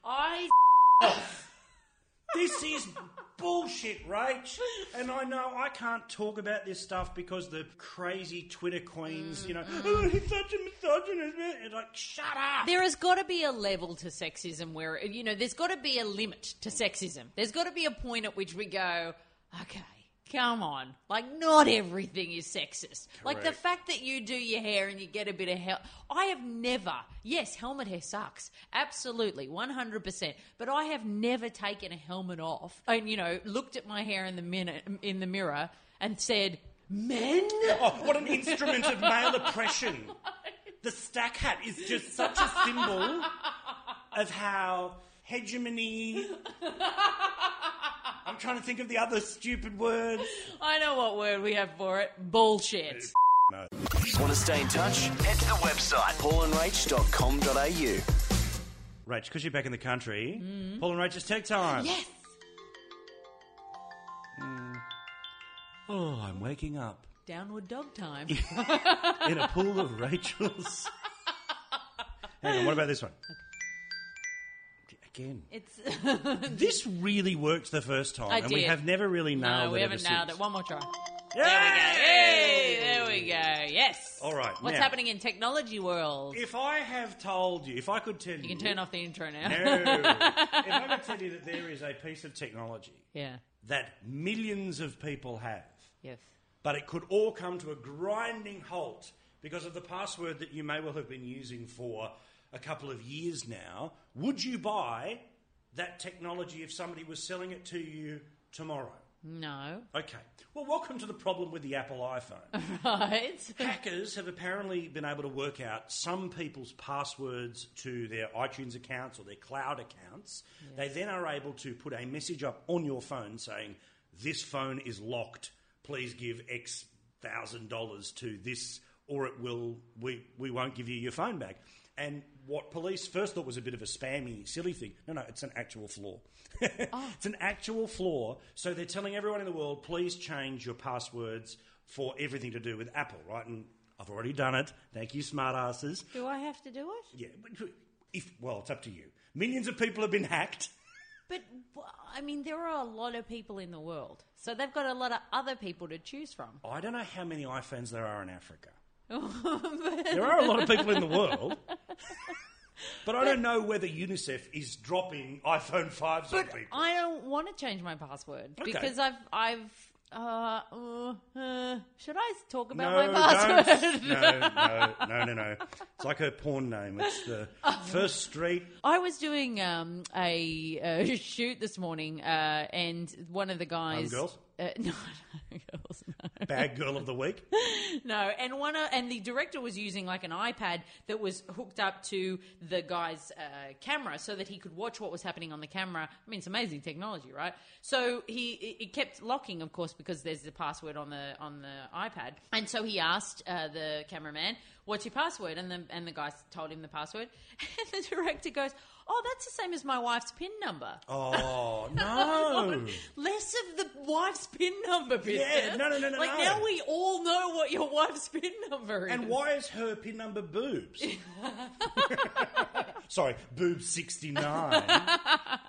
Speaker 4: I
Speaker 3: This is bullshit, Rach. And I know I can't talk about this stuff because the crazy Twitter queens, you know, oh, he's such a misogynist. man." It's like, shut up.
Speaker 4: There has got to be a level to sexism where, you know, there's got to be a limit to sexism. There's got to be a point at which we go, okay, come on. Like, not everything is sexist. Like, the
Speaker 3: Correct.
Speaker 4: fact that you do your hair and you get a bit of hell. I have never, yes, helmet hair sucks. Absolutely, 100%. But I have never taken a helmet off and, you know, looked at my hair in the, minute, in the mirror and said, men?
Speaker 3: Oh, what an instrument of male oppression. The stack hat is just such a symbol of how hegemony. I'm trying to think of the other stupid words.
Speaker 4: I know what word we have for it. Bullshit.
Speaker 2: Want to stay in touch? Head to the website paulandrach.com.au.
Speaker 3: Rach, because you're back in the country, Paul and Rach's tech time.
Speaker 4: Yes.
Speaker 3: Oh, I'm waking up
Speaker 4: Downward dog time.
Speaker 3: in a pool of Rachel's. Hang on, what about this one? Again.
Speaker 4: It's [LAUGHS]
Speaker 3: This really worked the first time,
Speaker 4: I
Speaker 3: and we
Speaker 4: did.
Speaker 3: have never really nailed
Speaker 4: no, we
Speaker 3: it
Speaker 4: haven't
Speaker 3: ever
Speaker 4: nailed
Speaker 3: since.
Speaker 4: it. One more try.
Speaker 3: Yay!
Speaker 4: Hey, there we go. Yes.
Speaker 3: All right,
Speaker 4: What's
Speaker 3: now-
Speaker 4: happening in technology world?
Speaker 3: If I have told you, if I could tell you,
Speaker 4: You can turn off the intro now.
Speaker 3: No. if I could tell you that there is a piece of technology
Speaker 4: [LAUGHS] yeah.
Speaker 3: that millions of people have,
Speaker 4: Yes.
Speaker 3: but it could all come to a grinding halt because of the password that you may well have been using for a couple of years now, would you buy that technology if somebody was selling it to you tomorrow?
Speaker 4: No. [LAUGHS]
Speaker 3: Okay. Well, welcome to the problem with the Apple iPhone.
Speaker 4: Right. [LAUGHS]
Speaker 3: Hackers have apparently been able to work out some people's passwords to their iTunes accounts or their cloud accounts. They then are able to put a message up on your phone saying, This phone is locked. Please give X thousand dollars to this, or it will we, we won't give you your phone back. And what police first thought was a bit of a spammy, silly thing. No, no, it's an actual flaw. [LAUGHS] It's an actual flaw. So they're telling everyone in the world, please change your passwords for everything to do with Apple, right? And I've already done it. Thank you, smartasses.
Speaker 4: Do I have to do it?
Speaker 3: Yeah, but if well, it's up to you. Millions of people have been hacked.
Speaker 4: But wh- I mean, there are a lot of people in the world, so they've got a lot of other people to choose from.
Speaker 3: I don't know how many iPhones there are in
Speaker 4: [LAUGHS]
Speaker 3: Africa. there are a lot of people in the world. But I don't know whether UNICEF is dropping iPhone 5s on
Speaker 4: But
Speaker 3: people.
Speaker 4: I don't want to change my password
Speaker 3: Okay.
Speaker 4: because I've I've. Uh, uh, uh, should I talk about
Speaker 3: no,
Speaker 4: my [LAUGHS] password?
Speaker 3: Don't. No, no, no, no, no. It's like her porn name. It's the
Speaker 4: Oh.
Speaker 3: First Street
Speaker 4: I was doing um, a [LAUGHS] uh, shoot this morning, uh, and one of the guys.
Speaker 3: Homegirls?
Speaker 4: Uh, [LAUGHS] no, no, girls, no.
Speaker 3: Bad Girl of the
Speaker 4: [LAUGHS]
Speaker 3: Week.
Speaker 4: No, and one of, and the director was using like an iPad that was hooked up to the guy's uh, camera so that he could watch what was happening on the camera. I mean, it's amazing technology, right? So he it- it kept locking, of course, because there's the password on the on the iPad. And so he asked uh, the cameraman, "What's your password?" And the and the guy told him the password, [LAUGHS] and the director goes. Oh, that's the same as my wife's pin number.
Speaker 3: Oh, no.
Speaker 4: Less of the wife's pin number, business.
Speaker 3: no, no, no, no,
Speaker 4: Like
Speaker 3: no.
Speaker 4: now we all know what your wife's pin number is.
Speaker 3: And why is her pin number boobs? Sorry, boobs 69.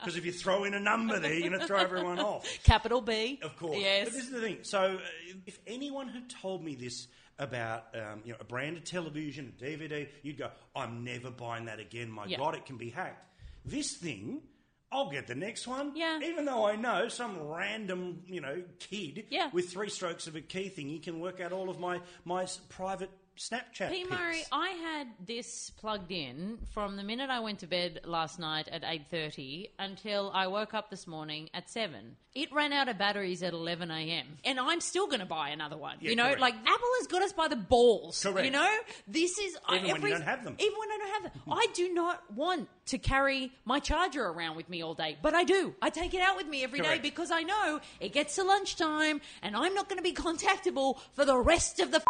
Speaker 3: Because if you throw in a number there, you're going to throw everyone off.
Speaker 4: Capital B.
Speaker 3: Of course.
Speaker 4: Yes.
Speaker 3: But this is the thing. So, uh, if anyone had told me this about um, you know a brand of television, a DVD, you'd go, "I'm never buying that again." My
Speaker 4: Yeah.
Speaker 3: God, it can be hacked. This thing, I'll get the next one.
Speaker 4: Yeah.
Speaker 3: Even though I know some random you know kid
Speaker 4: Yeah.
Speaker 3: with three strokes of a key thing, he can work out all of my my s- private
Speaker 4: [LAUGHS]
Speaker 3: Snapchat.
Speaker 4: P. Murray,
Speaker 3: pics.
Speaker 4: I had this plugged in from the minute I went to bed last night at 8.30 until I woke up this morning at 7. It ran out of batteries at 11 a.m. And I'm still going to buy another one.
Speaker 3: Yeah,
Speaker 4: you know,
Speaker 3: correct.
Speaker 4: like Apple has got us by the balls.
Speaker 3: Correct.
Speaker 4: You know, this is... I-
Speaker 3: Even when you
Speaker 4: every-
Speaker 3: don't have them.
Speaker 4: Even when I don't have them. I do not want to carry my charger around with me all day, but I do. I take it out with me every day
Speaker 3: Correct.
Speaker 4: because I know it gets to lunchtime and I'm not going to be contactable for the rest of the day.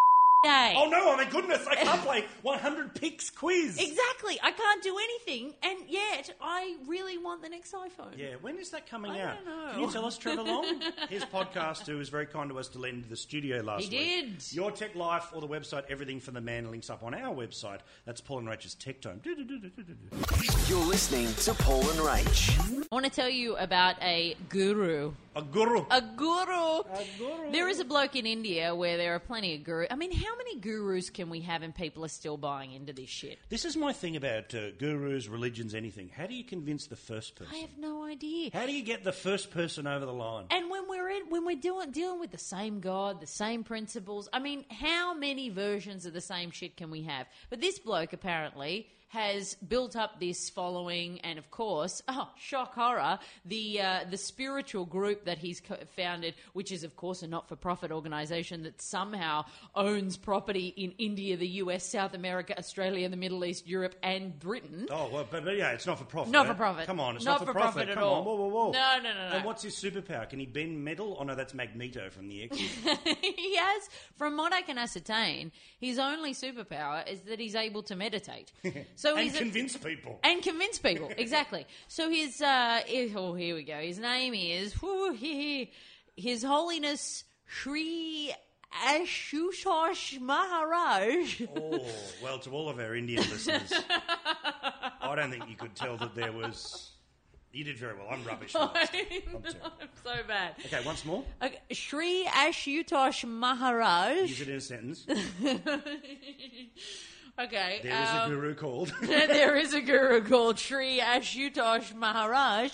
Speaker 3: Oh no! Oh my goodness! I
Speaker 4: [LAUGHS]
Speaker 3: can't play 100 pics quiz.
Speaker 4: Exactly. I can't do anything, and yet I really want the next iPhone.
Speaker 3: Yeah, when is that coming
Speaker 4: I
Speaker 3: out?
Speaker 4: don't know.
Speaker 3: Can you tell us, Trevor
Speaker 4: [LAUGHS]
Speaker 3: Long? His podcast, who was very kind to us to lend the studio last
Speaker 4: He
Speaker 3: week.
Speaker 4: did.
Speaker 3: Your Tech Life or the website Everything from the Man links up on our website. That's Paul and Rachel's Tech Time. Do-do-do-do-do-do-do.
Speaker 2: You're listening to Paul and Rach.
Speaker 4: I want to tell you about a guru.
Speaker 3: A guru.
Speaker 4: A guru.
Speaker 3: A guru.
Speaker 4: There is a bloke in India where there are plenty of gurus. I mean, how many gurus can we have and people are still buying into this shit?
Speaker 3: This is my thing about uh, gurus, religions, anything. How do you convince the first
Speaker 4: I
Speaker 3: person?
Speaker 4: have no idea.
Speaker 3: How do you get the first person over the line?
Speaker 4: And when we're in, when we're doing dealing with the same God, the same principles, I mean, how many versions of the same shit can we have? But this bloke apparently has built up this following, and of course, [LAUGHS] oh shock horror, the uh, the spiritual group that he's co- founded, which is of course a not for profit organisation that somehow owns property in India, the U.S., South America, Australia, the Middle East, Europe, and Britain.
Speaker 3: Oh well, but, but yeah, it's not for profit.
Speaker 4: Not
Speaker 3: eh?
Speaker 4: for profit.
Speaker 3: Come on, it's
Speaker 4: Not
Speaker 3: not,
Speaker 4: for
Speaker 3: for
Speaker 4: profit
Speaker 3: profit,
Speaker 4: at
Speaker 3: Come
Speaker 4: all.
Speaker 3: on, whoa, whoa, whoa.
Speaker 4: No, no, no, no.
Speaker 3: And what's his superpower? Can he bend metal? Oh no, that's Magneto from the
Speaker 4: [LAUGHS]
Speaker 3: X.
Speaker 4: he has, from what I can ascertain, his only superpower is that he's able
Speaker 3: [LAUGHS]
Speaker 4: to meditate. So
Speaker 3: and
Speaker 4: he's a-
Speaker 3: convince people.
Speaker 4: [LAUGHS] and
Speaker 3: [LAUGHS]
Speaker 4: convince people exactly. So his uh, eh, oh here we go. His name is whoo, hee, hee. His Holiness Sri Ashutosh Maharaj.
Speaker 3: Oh, well, to all of our Indian listeners, I don't think you could tell that there was. You did very well. I'm rubbish. at
Speaker 4: [LAUGHS]
Speaker 3: that.
Speaker 4: I'm so bad.
Speaker 3: okay, once more.
Speaker 4: Okay, Sri Ashutosh Maharaj.
Speaker 3: Use it in a sentence.
Speaker 4: Okay.
Speaker 3: There is a
Speaker 4: um,
Speaker 3: guru called.
Speaker 4: [LAUGHS] there is a guru called Sri Ashutosh Maharaj.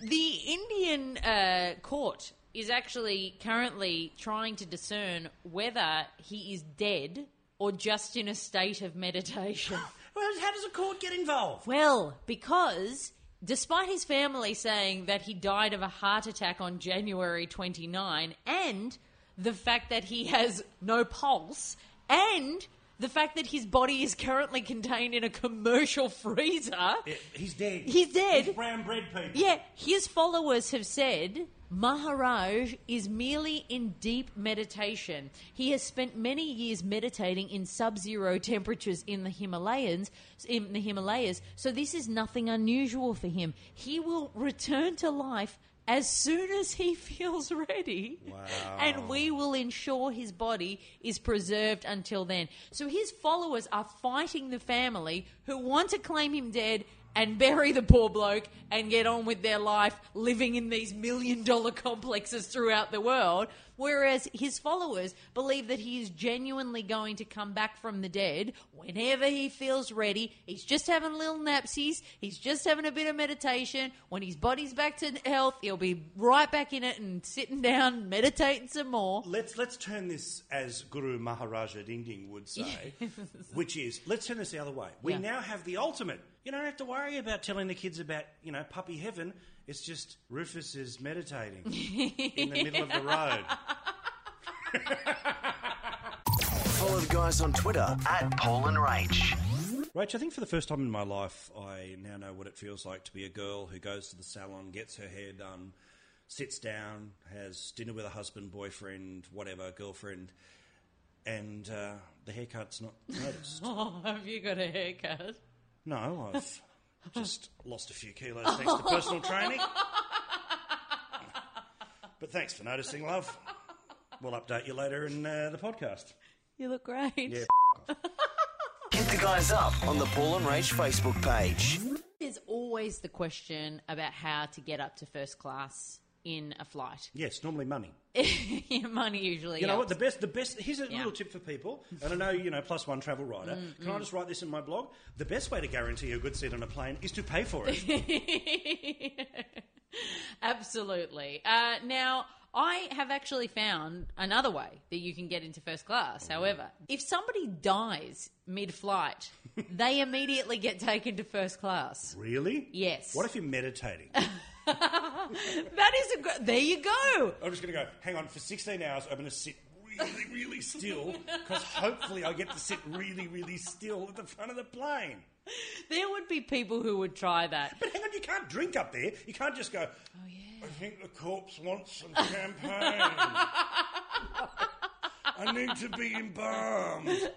Speaker 4: The Indian uh, court is actually currently trying to discern whether he is dead or just in a state of meditation.
Speaker 3: well, how does a court get involved?
Speaker 4: [LAUGHS] well, because. Despite his family saying that he died of a heart attack on January 29, and the fact that he has no pulse, and the fact that his body is currently contained in a commercial freezer,
Speaker 3: Yeah, He's dead.
Speaker 4: He's dead.
Speaker 3: He's brown bread people.
Speaker 4: yeah, his followers have said Maharaj is merely in deep meditation. He has spent many years meditating in sub-zero temperatures in the Himalayans, in the Himalayas, so this is nothing unusual for him. He will return to life as soon as he [LAUGHS] feels ready. And we will ensure his body is preserved until then. So his followers are fighting the family who want to claim him dead and bury the poor bloke and get on with their life living in these million dollar complexes throughout the world. Whereas his followers believe that he is genuinely going to come back from the dead whenever he feels ready. He's just having little napsies, he's just having a bit of meditation. When his body's back to health, he'll be right back in it and sitting down, meditating some more. [LAUGHS]
Speaker 3: Let's let's turn this as Guru Maharaja Dingding would say, which is let's turn this the other way. We
Speaker 4: Yeah.
Speaker 3: now have the ultimate. You don't have to worry about telling the kids about you know puppy heaven. It's just Rufus is
Speaker 4: [LAUGHS]
Speaker 3: meditating in the middle of the road.
Speaker 2: Follow the guys on Twitter at Paul and Rach.
Speaker 3: Rach, I think for the first time in my life, I now know what it feels like to be a girl who goes to the salon, gets her hair done, sits down, has dinner with a husband, boyfriend, whatever, girlfriend, and uh, the haircut's not noticed.
Speaker 4: Oh, have you got a haircut?
Speaker 3: No, I've just lost a few kilos thanks to personal training. But thanks for noticing, love. We'll update you later in uh, the podcast.
Speaker 4: You look great.
Speaker 3: Yeah.
Speaker 2: Hit the guys up on the Paul and Rach Facebook page.
Speaker 4: There's always the question about how to get up to first class in a flight. [LAUGHS]
Speaker 3: Yes, normally money.
Speaker 4: Your money usually.
Speaker 3: You know what?
Speaker 4: helps.
Speaker 3: The best, the best. Here's a
Speaker 4: Yeah. Mm,
Speaker 3: little tip for people, and I know you know plus one travel writer. Can I just write this in my blog? The best way to guarantee a good seat on a plane is to
Speaker 4: [LAUGHS]
Speaker 3: pay for it.
Speaker 4: Absolutely. Uh, now, I have actually found another way that you can get into first class. However, if somebody dies mid flight,
Speaker 3: [LAUGHS]
Speaker 4: they immediately get taken to first class.
Speaker 3: Really?
Speaker 4: Yes.
Speaker 3: What if you're
Speaker 4: [LAUGHS]
Speaker 3: meditating?
Speaker 4: That is a good. There you go.
Speaker 3: I'm just going to go, hang on, for 16 hours, I'm going to sit really, really still because hopefully I get to sit really, really still at the front of the plane.
Speaker 4: There would be people who would try that.
Speaker 3: But hang on, you can't drink up there. You can't just go,
Speaker 4: Oh, yeah.
Speaker 3: I think the corpse wants some
Speaker 4: [LAUGHS]
Speaker 3: champagne. I need to be embalmed.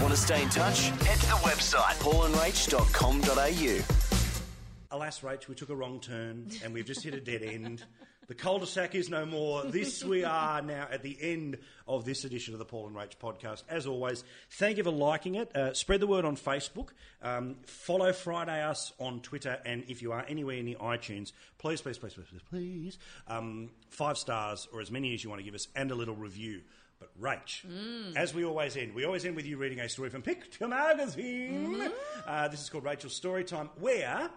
Speaker 2: Want to stay in touch? Head to the website paulandrach.com.au.
Speaker 3: Alas, Rach, we took a wrong turn and we've just hit a dead end. The cul-de-sac is no more. This we are now at the end of this edition of the Paul and Rach podcast. As always, thank you for liking it. Uh, spread the word on Facebook. Um, follow Friday Us on Twitter, and if you are anywhere in the iTunes, please, please, please, please, please, please, um, five stars or as many as you want to give us, and a little review. But Rach, as we always end, we always end with you reading a story from Pick to Magazine. Uh, this is called Rachel's Storytime, where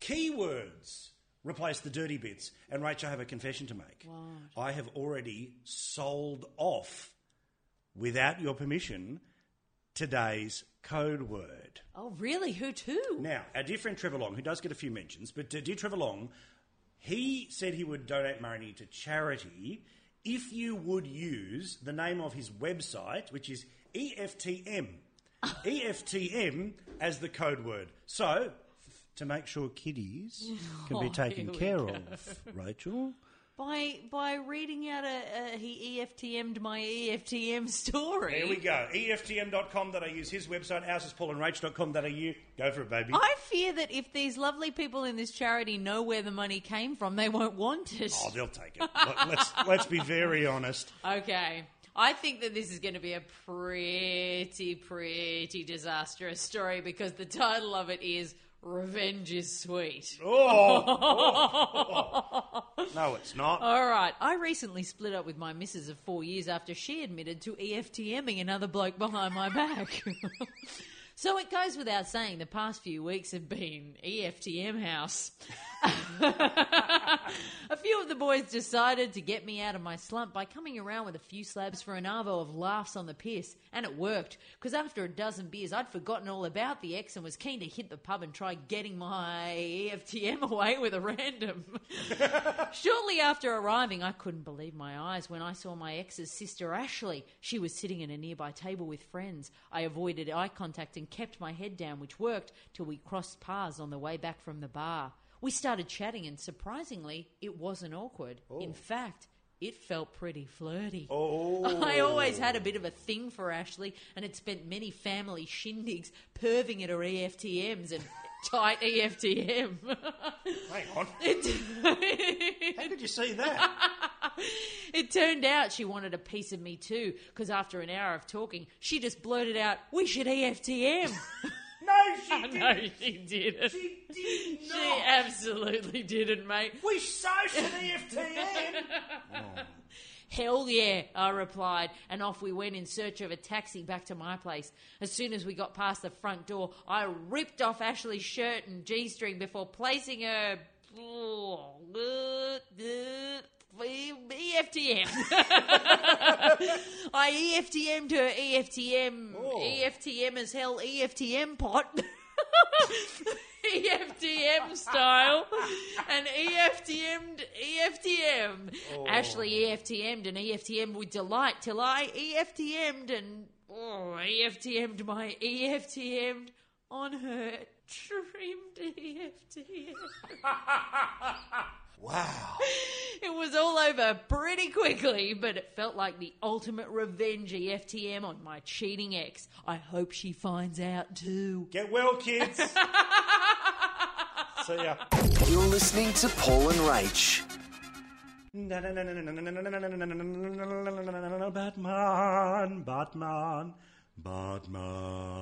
Speaker 3: keywords replace the dirty bits. And Rach, I have a confession to make. I have already sold off, without your permission, today's code word.
Speaker 4: Oh, really? Who too?
Speaker 3: Now, our dear friend Trevor Long, who does get a few mentions, but uh, dear Trevor Long, he said he would donate money to charity if you would use the name of his website, which is E
Speaker 4: [LAUGHS]
Speaker 3: EFTM. E EFTM as the code word. So, f- to make sure
Speaker 4: [LAUGHS]
Speaker 3: kiddies can be
Speaker 4: Oh,
Speaker 3: taken
Speaker 4: here we
Speaker 3: care
Speaker 4: go.
Speaker 3: of, Rachel.
Speaker 4: By by reading out a, a he E EFTM'd my E EFTM story.
Speaker 3: There we go. E EFTM.com.au is his website. Ours is paulandrach.com.au. Go for it, baby.
Speaker 4: I fear that if these lovely people in this charity know where the money came from, they won't want it.
Speaker 3: Oh, they'll take it. Look, let's, let's be very honest.
Speaker 4: Okay. I think that this is going to be a pretty, pretty disastrous story because the title of it is Revenge is Sweet.
Speaker 3: Oh, [LAUGHS] Uh, no, it's not.
Speaker 4: All right. I recently split up with my missus of four years after she admitted to E EFTMing another bloke behind my back. [LAUGHS] so it goes without saying the past few weeks have been E EFTM house. [LAUGHS] a few of the boys decided to get me out of my slump by coming around with a few slabs for an arvo of laughs on the piss, and it worked, because after a dozen beers I'd forgotten all about the ex and was keen to hit the pub and try getting my E EFTM [LAUGHS] away with a random. Shortly after arriving, I couldn't believe my eyes when I saw my ex's sister Ashley. She was sitting at a nearby table with friends. I avoided eye contact and kept my head down, which worked till we crossed paths on the way back from the bar. We started chatting, and surprisingly, it wasn't awkward. In fact, it felt pretty flirty. [LAUGHS] I always had a bit of a thing for Ashley and had spent many family shindigs perving at her E EFTMs and [LAUGHS] tight E EFTM. [LAUGHS]
Speaker 3: Hang on.
Speaker 4: It-
Speaker 3: How did you [LAUGHS] see that?
Speaker 4: [LAUGHS] It turned out she wanted a piece of me too, because after an hour of talking, she just blurted out, We should E EFTM.
Speaker 3: No, [LAUGHS] she didn't.
Speaker 4: no, she didn't. She,
Speaker 3: She did not.
Speaker 4: absolutely didn't, mate.
Speaker 3: we so should EFTM.
Speaker 4: Hell yeah, I replied, and off we went in search of a taxi back to my place. As soon as we got past the front door, I ripped off Ashley's shirt and G string before placing her. [LAUGHS] EFTM. I EFTM'd her EFTM. EFTM as hell, E EFTM pot. [LAUGHS] E EFTM style and E EFTM'd EFTM. Ashley E EFTM'd and EFTM'd with delight till I E EFTM'd and oh, EFTM'd my E EFTM'd on her trimmed E EFTM.
Speaker 3: Wow.
Speaker 4: [LAUGHS] It was all over pretty quickly, but it felt like the ultimate revenge EFTM on my cheating ex. I hope she finds out too.
Speaker 3: [LAUGHS] Get well, [LAUGHS] kids. See ya.
Speaker 2: You're listening to Paul and Rach.
Speaker 3: Batman, Batman, Batman.